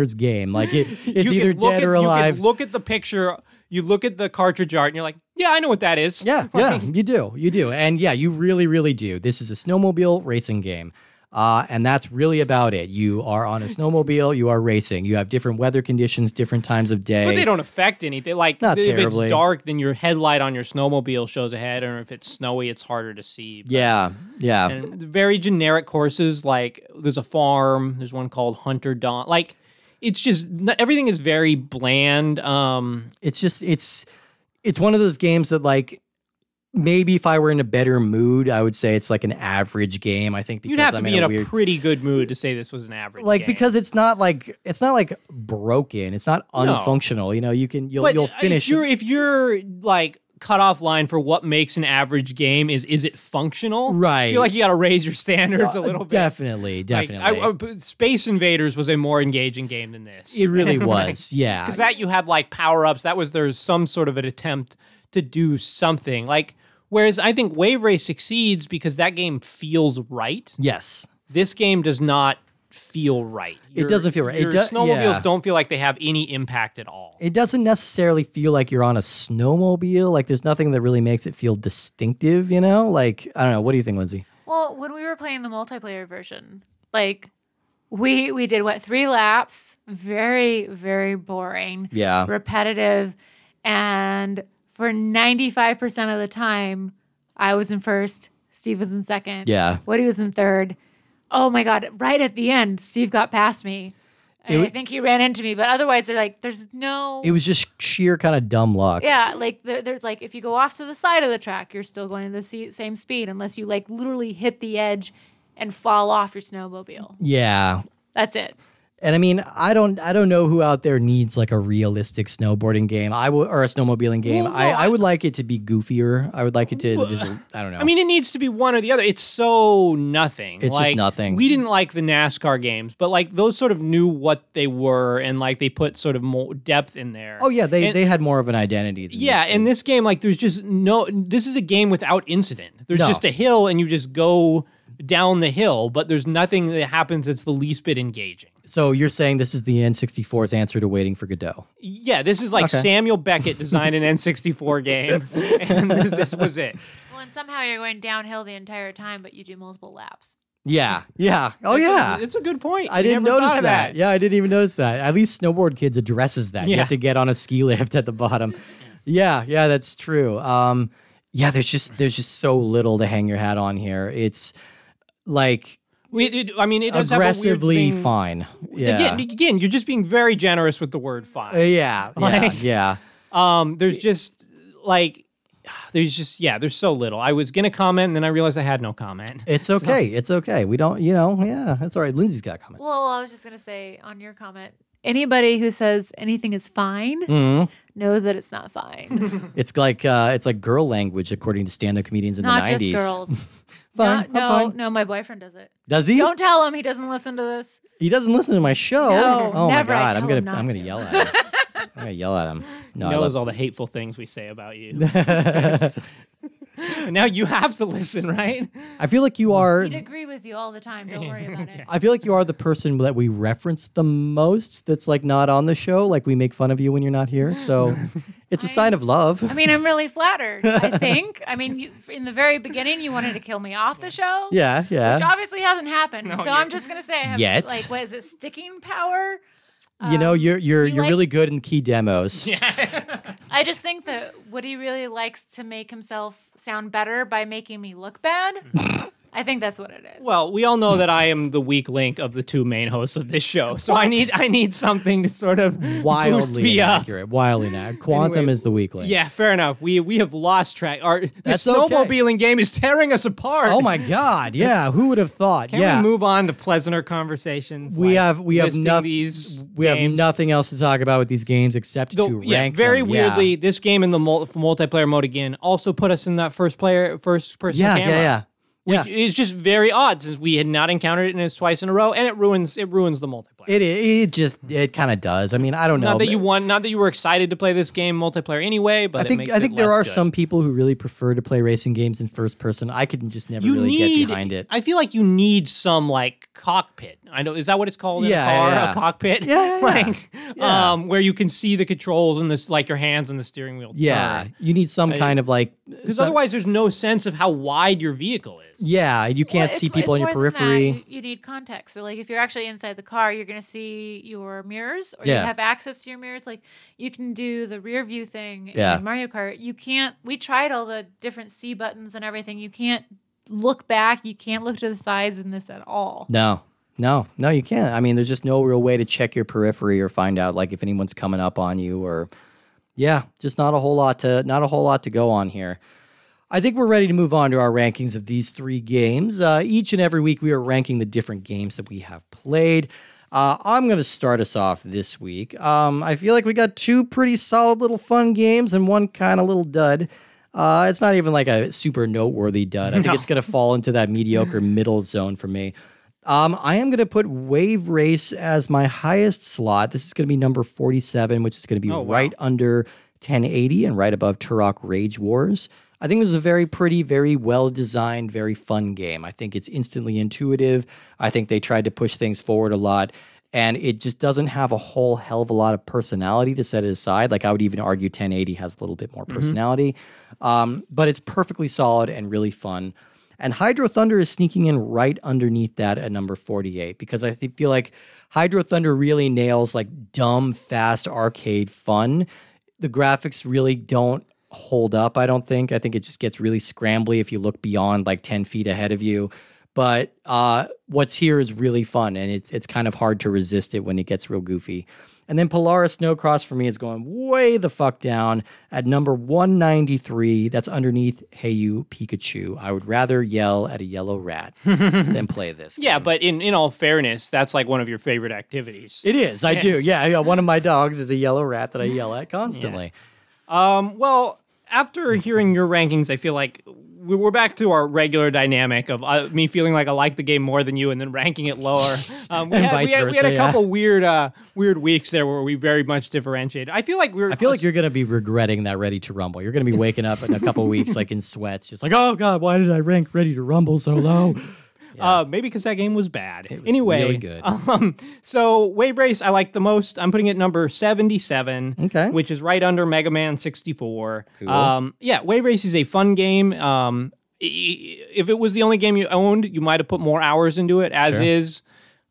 Speaker 1: Schrodinger's game. Like it, it's
Speaker 2: You can
Speaker 1: either
Speaker 2: look
Speaker 1: dead
Speaker 2: at-
Speaker 1: or
Speaker 2: You
Speaker 1: alive.
Speaker 2: can look at the picture, you look at the cartridge art and you're like, "Yeah, I know what that is."
Speaker 1: Yeah, yeah, you do, you do, and yeah, you really, really do. This is a snowmobile racing game, uh, and that's really about it. You are on a snowmobile, you are racing. You have different weather conditions, different times of day.
Speaker 2: But they don't affect anything. Like
Speaker 1: Not
Speaker 2: if
Speaker 1: terribly.
Speaker 2: it's dark, then your headlight on your snowmobile shows ahead, or if it's snowy, it's harder to see. But-
Speaker 1: Yeah, yeah.
Speaker 2: and very generic courses like there's a farm there's one called hunter dawn like it's just n- everything is very bland um
Speaker 1: it's just it's it's one of those games that like maybe if I were in a better mood, I would say it's like an average game. I think because
Speaker 2: you'd have to
Speaker 1: I'm
Speaker 2: be in
Speaker 1: in
Speaker 2: a,
Speaker 1: a weird
Speaker 2: pretty good mood to say this was an average
Speaker 1: like
Speaker 2: game.
Speaker 1: because it's not like it's not like broken. It's not unfunctional. You know, you can you'll
Speaker 2: but uh,
Speaker 1: you'll
Speaker 2: if
Speaker 1: finish.
Speaker 2: you're if you're like cutoff line for what makes an average game is is it functional i
Speaker 1: Right. Uh,
Speaker 2: feel like you got to raise your standards a little bit
Speaker 1: Definitely,
Speaker 2: Like,
Speaker 1: definitely.
Speaker 2: I- I- but space invaders was a more engaging game than this
Speaker 1: it really was. Yeah.
Speaker 2: because that you had like power ups. That was there's some sort of an attempt to do something. Like whereas I think Wave Race succeeds because that game feels right.
Speaker 1: yes.
Speaker 2: This game does not feel right. Your-
Speaker 1: doesn't feel right. It
Speaker 2: Your
Speaker 1: do-
Speaker 2: snowmobiles
Speaker 1: yeah.
Speaker 2: don't feel like they have any impact at all.
Speaker 1: It doesn't necessarily feel like you're on a snowmobile. Like there's nothing that really makes it feel distinctive, you know? Like, I don't know. What do you think, Lindsay?
Speaker 3: Well, when we were playing the multiplayer version, like we we did what three laps, very very boring,
Speaker 1: Yeah.
Speaker 3: repetitive, and for ninety five percent of the time, I was in first, Steve was in second,
Speaker 1: Yeah.
Speaker 3: Woody was in third. Oh my god! Right at the end, Steve got past me. And I
Speaker 1: wa-
Speaker 3: think he ran into me, but otherwise they're like, there's no.
Speaker 1: It was just sheer kind of dumb luck.
Speaker 3: Yeah, like there, there's like if you go off to the side of the track, you're still going at the se- same speed unless you like literally hit the edge and fall off your snowmobile.
Speaker 1: Yeah.
Speaker 3: That's it.
Speaker 1: And I mean, I don't, I don't know who out there needs like a realistic snowboarding game. I would, or a snowmobiling game.
Speaker 2: Well, no,
Speaker 1: I, I
Speaker 2: I-
Speaker 1: would like it to be goofier. I would like it to, just, I don't know.
Speaker 2: I mean, it needs to be one or the other. It's so nothing.
Speaker 1: It's just
Speaker 2: Like,
Speaker 1: nothing.
Speaker 2: We didn't like the NASCAR games, but like those sort of knew what they were, and like they put sort of more depth in there.
Speaker 1: oh yeah, they
Speaker 2: And-
Speaker 1: they had more of an identity. Than
Speaker 2: Yeah,
Speaker 1: this
Speaker 2: in this game, like there's just no. This is a game without incident. There's
Speaker 1: No.
Speaker 2: just a hill, and you just go down the hill, but there's nothing that happens that's the least bit engaging.
Speaker 1: did. So you're saying this is the N64's answer to Waiting for Godot?
Speaker 2: Yeah, this is like
Speaker 1: Okay.
Speaker 2: Samuel Beckett designed an N64 game, and this was it.
Speaker 3: Well, and somehow you're going downhill the entire time, but you do multiple laps.
Speaker 1: Yeah, yeah. Oh yeah.
Speaker 2: it's a good point.
Speaker 1: I
Speaker 2: You
Speaker 1: didn't
Speaker 2: never thought
Speaker 1: notice
Speaker 2: of
Speaker 1: that. Yeah, I didn't even notice that. At least Snowboard Kids addresses that. You
Speaker 2: Yeah.
Speaker 1: have to get on a ski lift at the bottom. yeah, yeah, that's true. Um, yeah, there's just there's just so little to hang your hat on here. It's like
Speaker 2: We, it, I mean, it does have a weird
Speaker 1: aggressively
Speaker 2: thing.
Speaker 1: fine. Yeah.
Speaker 2: Again, again, you're just being very generous with the word fine.
Speaker 1: Uh, yeah, yeah,
Speaker 2: Like-
Speaker 1: yeah.
Speaker 2: Um, there's just like there's just yeah, there's so little. I was gonna comment and then I realized I had no comment.
Speaker 1: It's okay. It's okay. We don't, you know, yeah, that's all right. Lindsay's got a comment.
Speaker 3: Well, I was just gonna say on your comment, anybody who says anything is fine
Speaker 1: Mm-hmm.
Speaker 3: knows that it's not fine.
Speaker 1: It's like uh, it's like girl language according to stand-up comedians in
Speaker 3: not
Speaker 1: the
Speaker 3: just
Speaker 1: nineties.
Speaker 3: girls.
Speaker 1: Fine,
Speaker 3: Not-
Speaker 1: I'm
Speaker 3: no,
Speaker 1: fine.
Speaker 3: no, my boyfriend does it.
Speaker 1: Does he?
Speaker 3: Don't tell him he doesn't listen to this.
Speaker 1: He doesn't listen to my show.
Speaker 3: No,
Speaker 1: oh
Speaker 3: never.
Speaker 1: my
Speaker 3: I
Speaker 1: god, I'm
Speaker 3: tell
Speaker 1: gonna
Speaker 3: him not
Speaker 1: I'm gonna
Speaker 3: to.
Speaker 1: yell at him. I'm gonna yell at him. No,
Speaker 2: He
Speaker 1: I
Speaker 2: knows
Speaker 1: love
Speaker 2: all the hateful things we say about you. And now you have to listen, right?
Speaker 1: I feel like you are.
Speaker 3: He'd agree with you all the time. Don't worry about it.
Speaker 1: I feel like you are the person that we reference the most. That's like not on the show. Like we make fun of you when you're not here. So it's a sign of love.
Speaker 3: I mean, I'm really flattered. I think. I mean, you, in the very beginning, you wanted to kill me off the show.
Speaker 1: Yeah, yeah.
Speaker 3: Which obviously hasn't happened. so
Speaker 2: yeah.
Speaker 3: I'm just gonna say, I have,
Speaker 1: Yet.
Speaker 3: like, what is it? Sticking power.
Speaker 1: you know,
Speaker 2: Um,
Speaker 1: you're you're
Speaker 3: you
Speaker 1: you're
Speaker 3: like-
Speaker 1: really good in key demos.
Speaker 3: I just think that Woody really likes to make himself sound better by making me look bad.
Speaker 1: Mm-hmm.
Speaker 3: I think that's what it is.
Speaker 2: Well, we all know that I am the weak link of the two main hosts of this show. So I need I need something to sort of boost
Speaker 1: Wildly
Speaker 2: me up.
Speaker 1: inaccurate. Wildly inaccurate. Quantum
Speaker 2: Anyway,
Speaker 1: is the weakling.
Speaker 2: Yeah, fair enough. We we have lost track. Our the
Speaker 1: That's okay.
Speaker 2: snowmobiling game is tearing us apart.
Speaker 1: Oh my God! Yeah, who would have thought?
Speaker 2: Can
Speaker 1: yeah,
Speaker 2: we move on to pleasanter conversations?
Speaker 1: We
Speaker 2: like
Speaker 1: have we have
Speaker 2: listing
Speaker 1: noth-
Speaker 2: these
Speaker 1: we have
Speaker 2: games?
Speaker 1: nothing else to talk about with these games except
Speaker 2: Though-
Speaker 1: to rank.
Speaker 2: yeah, very
Speaker 1: them. Yeah.
Speaker 2: weirdly, this game in the mul- multiplayer mode again also put us in that first player, first person
Speaker 1: Yeah, yeah,
Speaker 2: camera.
Speaker 1: yeah, yeah.
Speaker 2: Which is just very odd since we had not encountered it and it's twice in a row, and it ruins it ruins the multiplayer.
Speaker 1: It, it it just it kind of does. I mean, I don't know.
Speaker 2: not that
Speaker 1: but
Speaker 2: you won, not that you were excited to play this game multiplayer anyway,
Speaker 1: I
Speaker 2: but it
Speaker 1: think
Speaker 2: makes
Speaker 1: I
Speaker 2: it
Speaker 1: think there
Speaker 2: less
Speaker 1: are
Speaker 2: good.
Speaker 1: some people who really prefer to play racing games in first person. I could just never
Speaker 2: you
Speaker 1: really
Speaker 2: need.
Speaker 1: get behind it.
Speaker 2: I feel like you need some like cockpit. I know is that what it's called
Speaker 1: Yeah,
Speaker 2: in a car?
Speaker 1: yeah.
Speaker 2: A cockpit.
Speaker 1: Yeah, yeah, yeah.
Speaker 2: like,
Speaker 1: Yeah.
Speaker 2: Um, where you can see the controls and this like your hands and the steering wheel.
Speaker 1: yeah, you need some kind of like
Speaker 2: because
Speaker 1: some-
Speaker 2: otherwise there's no sense of how wide your vehicle is.
Speaker 1: yeah, you can't
Speaker 3: Well,
Speaker 1: see
Speaker 3: it's-
Speaker 1: people
Speaker 3: it's
Speaker 1: in your
Speaker 3: more than that.
Speaker 1: periphery.
Speaker 3: You, you need context. So, like, if you're actually inside the car, you're going to see your mirrors, or
Speaker 1: Yeah.
Speaker 3: you have access to your mirrors. Like, you can do the rear view thing
Speaker 1: Yeah.
Speaker 3: in Mario Kart. You can't. We tried all the different C buttons and everything. You can't look back. You can't look to the sides in this at all.
Speaker 1: No, no, no, you can't. I mean, there's just no real way to check your periphery or find out like if anyone's coming up on you or, yeah, just not a whole lot to not a whole lot to go on here. I think we're ready to move on to our rankings of these three games. Uh, each and every week, we are ranking the different games that we have played. Uh, I'm going to start us off this week. Um, I feel like we got two pretty solid little fun games and one kind of little dud. Uh, it's not even like a super noteworthy dud. I think it's going to fall into that mediocre middle zone for me. Um, I am going to put Wave Race as my highest slot. This is going to be number 47, which is going to be
Speaker 2: wow.
Speaker 1: right under 1080 and right above Turok Rage Wars. I think this is a very pretty, very well designed, very fun game. I think it's instantly intuitive. I think they tried to push things forward a lot. And it just doesn't have a whole hell of a lot of personality to set it aside. Like I would even argue 1080 has a little bit more personality. Um, but it's perfectly solid and really fun. And Hydro Thunder is sneaking in right underneath that at number 48 because I th- feel like Hydro Thunder really nails like dumb, fast arcade fun. The graphics really don't hold up, I don't think. I think it just gets really scrambly if you look beyond like 10 feet ahead of you. But uh, what's here is really fun and it's, it's kind of hard to resist it when it gets real goofy. And then Polaris Snowcross for me is going way the fuck down at number 193. That's underneath Hey You Pikachu. I would rather yell at a yellow rat than play this.
Speaker 2: Yeah,
Speaker 1: game.
Speaker 2: but in in all fairness, that's like one of your favorite activities.
Speaker 1: it is. I do. Yeah, yeah. One of my dogs is a yellow rat that I yell at constantly.
Speaker 2: Um, well, after hearing your rankings, I feel like we- we're back to our regular dynamic of uh, me feeling like I like the game more than you, and then ranking it lower. Um, we
Speaker 1: And
Speaker 2: had,
Speaker 1: vice
Speaker 2: we had, we had
Speaker 1: versa,
Speaker 2: a
Speaker 1: yeah.
Speaker 2: couple weird, uh, weird weeks there where we very much differentiated. I feel like we we're.
Speaker 1: I feel like you're going to be regretting that Ready to Rumble. You're going to be waking up in a couple weeks like in sweats, just like, oh God, why did I rank Ready to Rumble so low?
Speaker 2: Uh, maybe because that game was bad. anyway,
Speaker 1: really good.
Speaker 2: Um, so Wave Race, I like the most. I'm putting it number 77,
Speaker 1: Okay.
Speaker 2: which is right under Mega Man 64. Um, yeah, Wave Race is a fun game. Um, i- i- if it was the only game you owned, you might have put more hours into it. As is,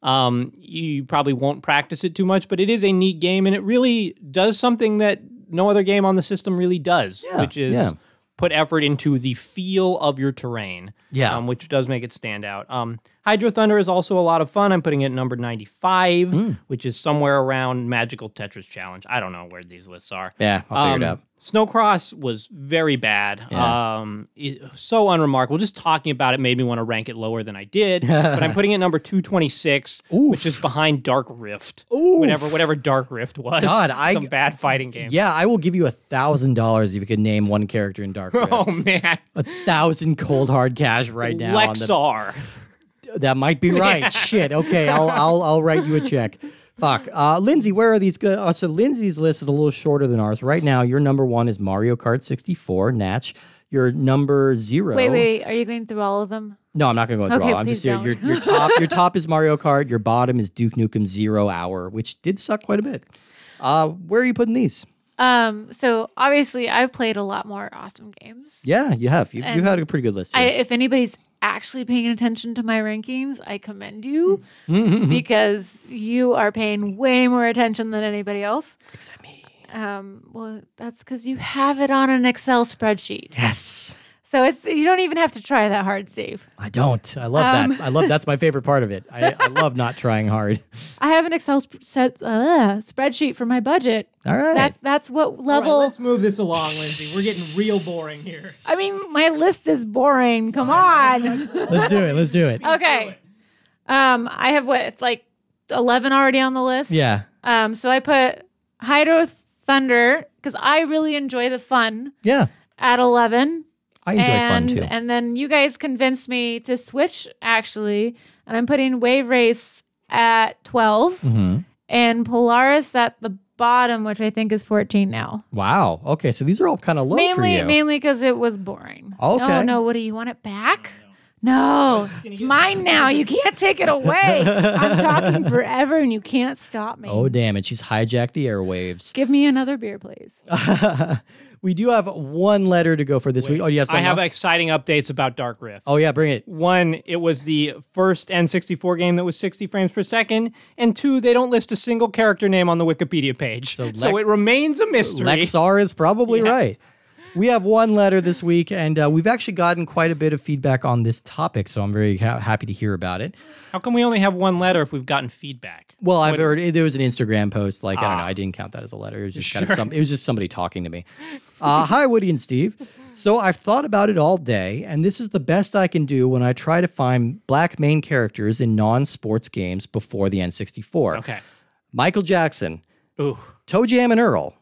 Speaker 2: um, you probably won't practice it too much. But it is a neat game, and it really does something that no other game on the system really does, which is
Speaker 1: yeah.
Speaker 2: put effort into the feel of your terrain.
Speaker 1: Yeah.
Speaker 2: um, which does make it stand out. Um, Hydro Thunder is also a lot of fun. I'm putting it at number 95,
Speaker 1: Hmm.
Speaker 2: which is somewhere around Magical Tetris Challenge. I don't know where these lists are.
Speaker 1: Yeah, I'll figure it out.
Speaker 2: Snowcross was very bad. Um, it- so unremarkable. Just talking about it made me want to rank it lower than I did. but I'm putting it number 226, which is behind Dark Rift. Whatever, whatever Dark Rift was.
Speaker 1: God, I-
Speaker 2: some bad fighting game.
Speaker 1: Yeah, I will give you a thousand dollars if you could name one character in Dark Rift.
Speaker 2: Oh man,
Speaker 1: A thousand cold hard cash right now. on the-
Speaker 2: Lexar.
Speaker 1: that might be right. Shit. Okay, I'll I'll I'll write you a check. Fuck. Uh, Lindsay, where are these? go- Uh, so Lindsay's list is a little shorter than ours. Right now, your number one is Mario Kart 64. Natch. Your number zero.
Speaker 3: Wait, wait, are you going through all of them?
Speaker 1: No, I'm not going to go through
Speaker 3: Okay,
Speaker 1: all. I'm just
Speaker 3: please
Speaker 1: your, your your top. Your top is Mario Kart. Your bottom is Duke Nukem Zero Hour, which did suck quite a bit. Uh, where are you putting these?
Speaker 3: Um, so obviously I've played a lot more awesome games.
Speaker 1: Yeah, you have. You, you had a pretty good list.
Speaker 3: I,
Speaker 1: Here.
Speaker 3: if anybody's actually paying attention to my rankings, I commend you
Speaker 1: Mm-hmm.
Speaker 3: because you are paying way more attention than anybody else.
Speaker 1: Except me.
Speaker 3: Um, well, that's because you have it on an Excel spreadsheet.
Speaker 1: Yes.
Speaker 3: So it's you don't even have to try that hard, Steve.
Speaker 1: I don't. I love
Speaker 3: Um.
Speaker 1: that. I love that's my favorite part of it. I, I love not trying hard.
Speaker 3: I have an Excel sp- set, uh, spreadsheet for my budget.
Speaker 1: All right.
Speaker 3: That that's what level.
Speaker 2: move this along, Lindsay. We're getting real boring here.
Speaker 3: I mean, my list is boring. Come on.
Speaker 1: Let's do it. Let's do it.
Speaker 3: okay. Um, I have what it's like eleven already on the list.
Speaker 1: Yeah.
Speaker 3: Um, so I put Hydro Thunder because I really enjoy the fun
Speaker 1: Yeah.
Speaker 3: at eleven.
Speaker 1: I enjoy
Speaker 3: and,
Speaker 1: fun too.
Speaker 3: And then you guys convinced me to switch actually, and I'm putting Wave Race at 12
Speaker 1: Mm. Mm-hmm.
Speaker 3: and Polaris at the bottom, which I think is fourteen now.
Speaker 1: wow. Okay. So these are all kind of low for
Speaker 3: mainly,
Speaker 1: you.
Speaker 3: mainly because it was boring.
Speaker 1: Okay.
Speaker 3: No, no. What do you want it back? No, it's mine now. You can't take it away. I'm talking forever, and you can't stop me.
Speaker 1: Oh damn it! She's hijacked the airwaves.
Speaker 3: Give me another beer, please.
Speaker 1: We do have one letter to go for this week. Oh, you have
Speaker 2: I
Speaker 1: something.
Speaker 2: have
Speaker 1: else?
Speaker 2: exciting updates about Dark Rift.
Speaker 1: oh yeah, bring it.
Speaker 2: One, it was the first N64 game that was 60 frames per second, and two, they don't list a single character name on the Wikipedia page, so,
Speaker 1: Lex-
Speaker 2: it remains a mystery.
Speaker 1: Lexar is probably right. We have one letter this week, and uh, we've actually gotten quite a bit of feedback on this topic, so I'm very ha- happy to hear about it.
Speaker 2: How come we only have one letter if we've gotten feedback?
Speaker 1: Well, I've heard eh, there was an Instagram post. Like I
Speaker 2: Ah.
Speaker 1: don't know, I didn't count that as a letter. It was just kind of some. It was just somebody talking to me. Uh, Hi, Woody and Steve. So I've thought about it all day, and this is the best I can do when I try to find black main characters in non-sports games before the N64.
Speaker 2: Okay.
Speaker 1: Michael Jackson,
Speaker 2: Ooh.
Speaker 1: Toe Jam and Earl.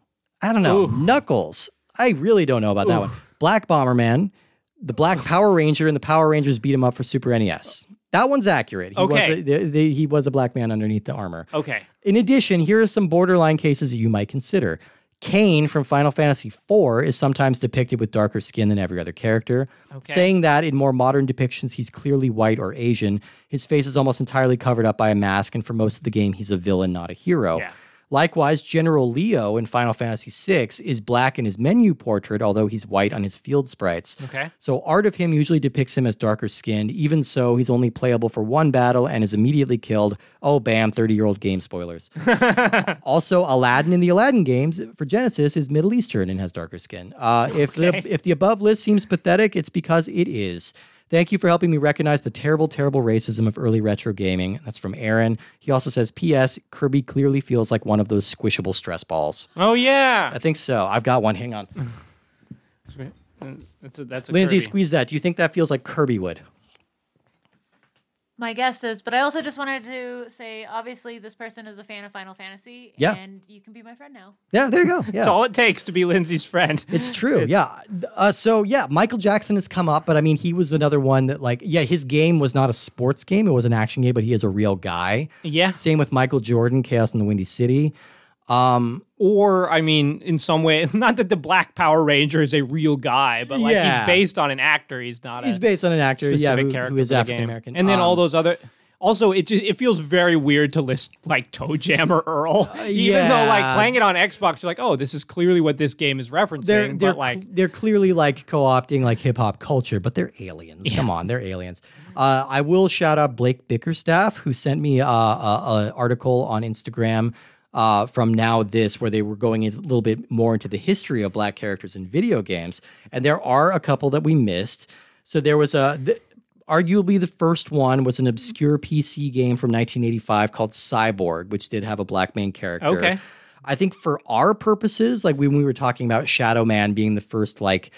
Speaker 1: I don't know. Knuckles. I really don't know about that one. Black Bomberman, the Black Power Ranger, and the Power Rangers beat him up for Super NES. That one's accurate. He
Speaker 2: Okay.
Speaker 1: Was a, they- they- he was a black man underneath the armor.
Speaker 2: Okay.
Speaker 1: In addition, here are some borderline cases that you might consider. Kane from Final Fantasy IV is sometimes depicted with darker skin than every other character. Saying that in more modern depictions, he's clearly white or Asian. His face is almost entirely covered up by a mask, and for most of the game, he's a villain, not a hero.
Speaker 2: Yeah.
Speaker 1: Likewise, General Leo in Final Fantasy VI is black in his menu portrait, although he's white on his field sprites.
Speaker 2: Okay.
Speaker 1: So art of him usually depicts him as darker skinned. Even so, he's only playable for one battle and is immediately killed. Oh, bam! Thirty-year-old game spoilers. also, Aladdin in the Aladdin games for Genesis is Middle Eastern and has darker skin. Uh, If the if the above list seems pathetic, it's because it is. Thank you for helping me recognize the terrible, terrible racism of early retro gaming. That's from Aaron. He also says, "P.S. Kirby clearly feels like one of those squishable stress balls."
Speaker 2: Oh yeah.
Speaker 1: I think so. I've got one. Hang on,
Speaker 2: That's a, that's a
Speaker 1: Lindsay,
Speaker 2: Kirby.
Speaker 1: squeeze that. Do you think that feels like Kirby would?
Speaker 3: my guess is, but I also just wanted to say, obviously, this person is a fan of Final Fantasy,
Speaker 1: Yeah.
Speaker 3: and you can be my friend now.
Speaker 1: Yeah, there you go. Yeah.
Speaker 2: That's all it takes to be Lindsay's friend.
Speaker 1: It's true. yeah. Uh, so yeah, Michael Jackson has come up, but I mean, he was another one that like, yeah, his game was not a sports game; it was an action game, but he is a real guy.
Speaker 2: yeah.
Speaker 1: Same with Michael Jordan, Chaos in the Windy City.
Speaker 2: Or I mean, in some way, not that the Black Power Ranger is a real guy, but like
Speaker 1: Yeah.
Speaker 2: he's based on an actor. He's not.
Speaker 1: He's
Speaker 2: a,
Speaker 1: based on an actor, yeah,
Speaker 2: Uh, specific
Speaker 1: who,
Speaker 2: character
Speaker 1: who is
Speaker 2: for the game.
Speaker 1: African American.
Speaker 2: And then all
Speaker 1: Um,
Speaker 2: those other. Also, it ju- it feels very weird to list like Toe Jam or Earl, even though like
Speaker 1: Uh, yeah.
Speaker 2: playing it on Xbox, you're like, oh, this is clearly what this game is referencing.
Speaker 1: they're they're
Speaker 2: but like,
Speaker 1: cl- they're clearly like co-opting like hip hop culture, but they're aliens. Come on, they're aliens. Uh, I will shout out Blake Bickerstaff who sent me uh, a, a article on Instagram. Uh, from now this where they were going in a little bit more into the history of black characters in video games and there are a couple that we missed so there was a th- arguably the first one was an obscure PC game from 1985 called Cyborg, which did have a black main character.
Speaker 2: Okay.
Speaker 1: I think for our purposes, like when we were talking about Shadow Man being the first like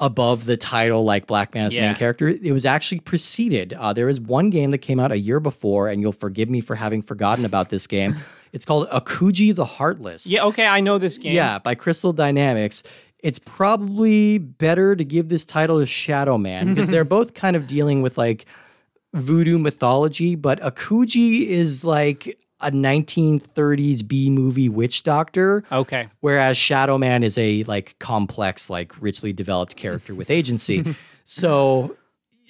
Speaker 1: above the title like black man as
Speaker 2: Yeah.
Speaker 1: main character, it was actually preceded. Uh, there is one game that came out a year before, and you'll forgive me for having forgotten about this game. It's called Akuji the Heartless.
Speaker 2: Yeah. Okay. I know this game.
Speaker 1: Yeah, by Crystal Dynamics. It's probably better to give this title to Shadow Man because they're both kind of dealing with like voodoo mythology, but Akuji is like a 1930s B movie witch doctor,
Speaker 2: Okay.
Speaker 1: whereas Shadow Man is a like complex, like richly developed character with agency. so,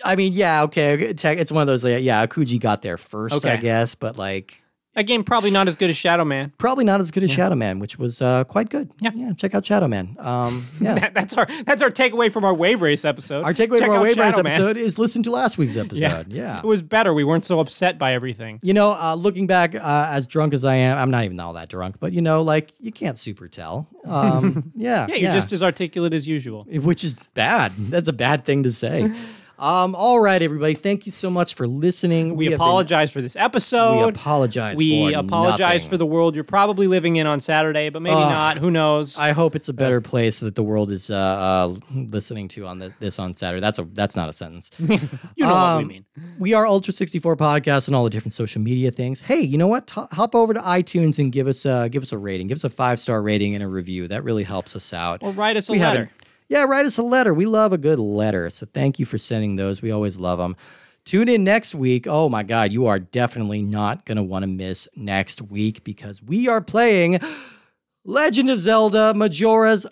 Speaker 1: I mean, yeah, okay, tech- it's one of those, like, yeah, Akuji got there first, I
Speaker 2: Okay.
Speaker 1: guess, but like
Speaker 2: That game probably not as good as Shadow Man.
Speaker 1: probably not as good as Shadow Man, which was uh, quite good.
Speaker 2: Yeah.
Speaker 1: yeah. Check out Shadow Man. Um, yeah.
Speaker 2: That- that's our that's our takeaway from our wave race episode.
Speaker 1: Our takeaway
Speaker 2: Check
Speaker 1: from our
Speaker 2: out
Speaker 1: Wave Race
Speaker 2: Shadow Man.
Speaker 1: episode is listen to last week's episode. Yeah.
Speaker 2: It was better. We weren't so upset by everything.
Speaker 1: You know, uh, looking back, uh, as drunk as I am, I'm not even all that drunk, but you know, like you can't super tell. Um, yeah.
Speaker 2: Yeah, you're just as articulate as usual.
Speaker 1: which is bad. That's a bad thing to say. um, all right, everybody. Thank you so much for listening.
Speaker 2: We,
Speaker 1: have been-
Speaker 2: apologize for this
Speaker 1: we
Speaker 2: episode.
Speaker 1: apologize.
Speaker 2: We
Speaker 1: for
Speaker 2: apologize
Speaker 1: nothing.
Speaker 2: for the world you're probably living in on Saturday, but maybe
Speaker 1: Ugh.
Speaker 2: not. Who knows?
Speaker 1: I hope it's a better place that the world is uh, uh, listening to on this, this on Saturday. That's a that's not a sentence.
Speaker 2: you know what
Speaker 1: um,
Speaker 2: we mean.
Speaker 1: we are Ultra sixty four podcast and all the different social media things. Hey, you know what? T- hop over to iTunes and give us a give us a rating, give us a five star rating and a review. That really helps us out.
Speaker 2: Or write us a
Speaker 1: we haven't-
Speaker 2: letter.
Speaker 1: Yeah, write us a letter. We love a good letter, so thank you for sending those. We always love them. Tune in next week. Oh my God, you are definitely not going to want to miss next week because we are playing Legend of Zelda Majora's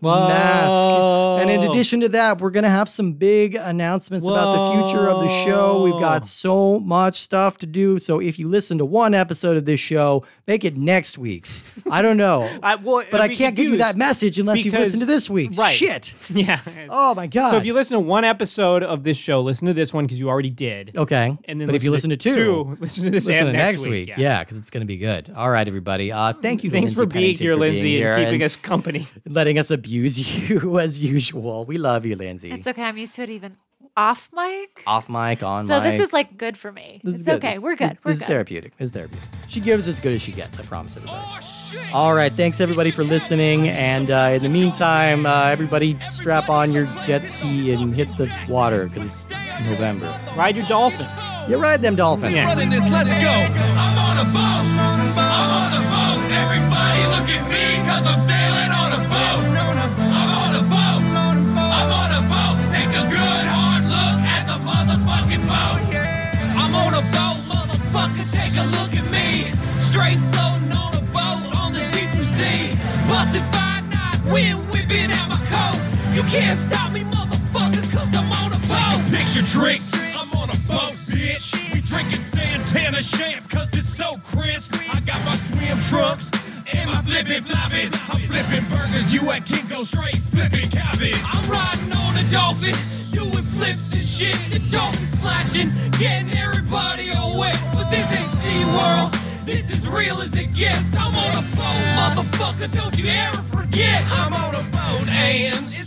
Speaker 1: Mask. And in
Speaker 2: Whoa.
Speaker 1: addition to that, we're going to have some big announcements about the future of the show. We've got so much stuff to do. So if you listen to one episode of this show, make it next week's. I don't know.
Speaker 2: I- well,
Speaker 1: but
Speaker 2: I'd
Speaker 1: I
Speaker 2: be
Speaker 1: can't give you
Speaker 2: confused.
Speaker 1: that message unless you
Speaker 2: because-
Speaker 1: listen to this week's.
Speaker 2: right.
Speaker 1: Shit.
Speaker 2: Yeah.
Speaker 1: Oh my god.
Speaker 2: So if you listen to one episode of this show, listen to this one because you already did.
Speaker 1: okay,
Speaker 2: And then
Speaker 1: but if you listen to two,
Speaker 2: listen to this
Speaker 1: listen
Speaker 2: and
Speaker 1: to next week,
Speaker 2: Yeah.
Speaker 1: yeah, because it's going to be good. All right, everybody. Uh, thank you. To
Speaker 2: Thanks
Speaker 1: Lindsay
Speaker 2: for being
Speaker 1: Pennington
Speaker 2: here,
Speaker 1: for being
Speaker 2: Lindsay,
Speaker 1: here
Speaker 2: and keeping
Speaker 1: and
Speaker 2: us company.
Speaker 1: letting us abuse you as usual. We love you, Lindsay.
Speaker 3: It's okay. I'm used to it even off mic.
Speaker 1: Off mic, on
Speaker 3: So
Speaker 1: mic.
Speaker 3: this is like good for me.
Speaker 1: This is
Speaker 3: it's
Speaker 1: good.
Speaker 3: okay.
Speaker 1: This-
Speaker 3: We're good.
Speaker 1: This,
Speaker 3: We're
Speaker 1: this is
Speaker 3: good.
Speaker 1: therapeutic. This is therapeutic. She gives as good as she gets. I promise everybody. All right, thanks everybody for listening. And uh, in the meantime, uh, everybody strap on your jet ski and hit the water because it's November.
Speaker 2: Ride your dolphin.
Speaker 1: You ride them dolphins.
Speaker 2: Yeah.
Speaker 4: running this. Let's go. I'm on a boat. I'm on a boat. Everybody look at me because I'm sailing on a boat. I'm on a boat. I'm on a boat. Take a good hard look at the motherfucking boat. I'm on a boat, motherfucker. Take a look at me. Straight floating on a boat on this deep blue sea. Busted by night, wind whipping at my coat. You can't stop me, motherfucker, because I'm on a boat. Picture drinks. I'm on a boat, bitch. We drinking Santana champ because it's so crisp. I got my swim trunks and my flipping floppies. I'm flipping burgers, you at Kinko straight flipping cabbage. I'm riding on a dolphin, doing flips and shit. The dolphin splashing, getting everybody all wet. But this ain't SeaWorld. This is real as it gets. I'm on a boat, motherfucker. Don't you ever forget. I'm on a boat and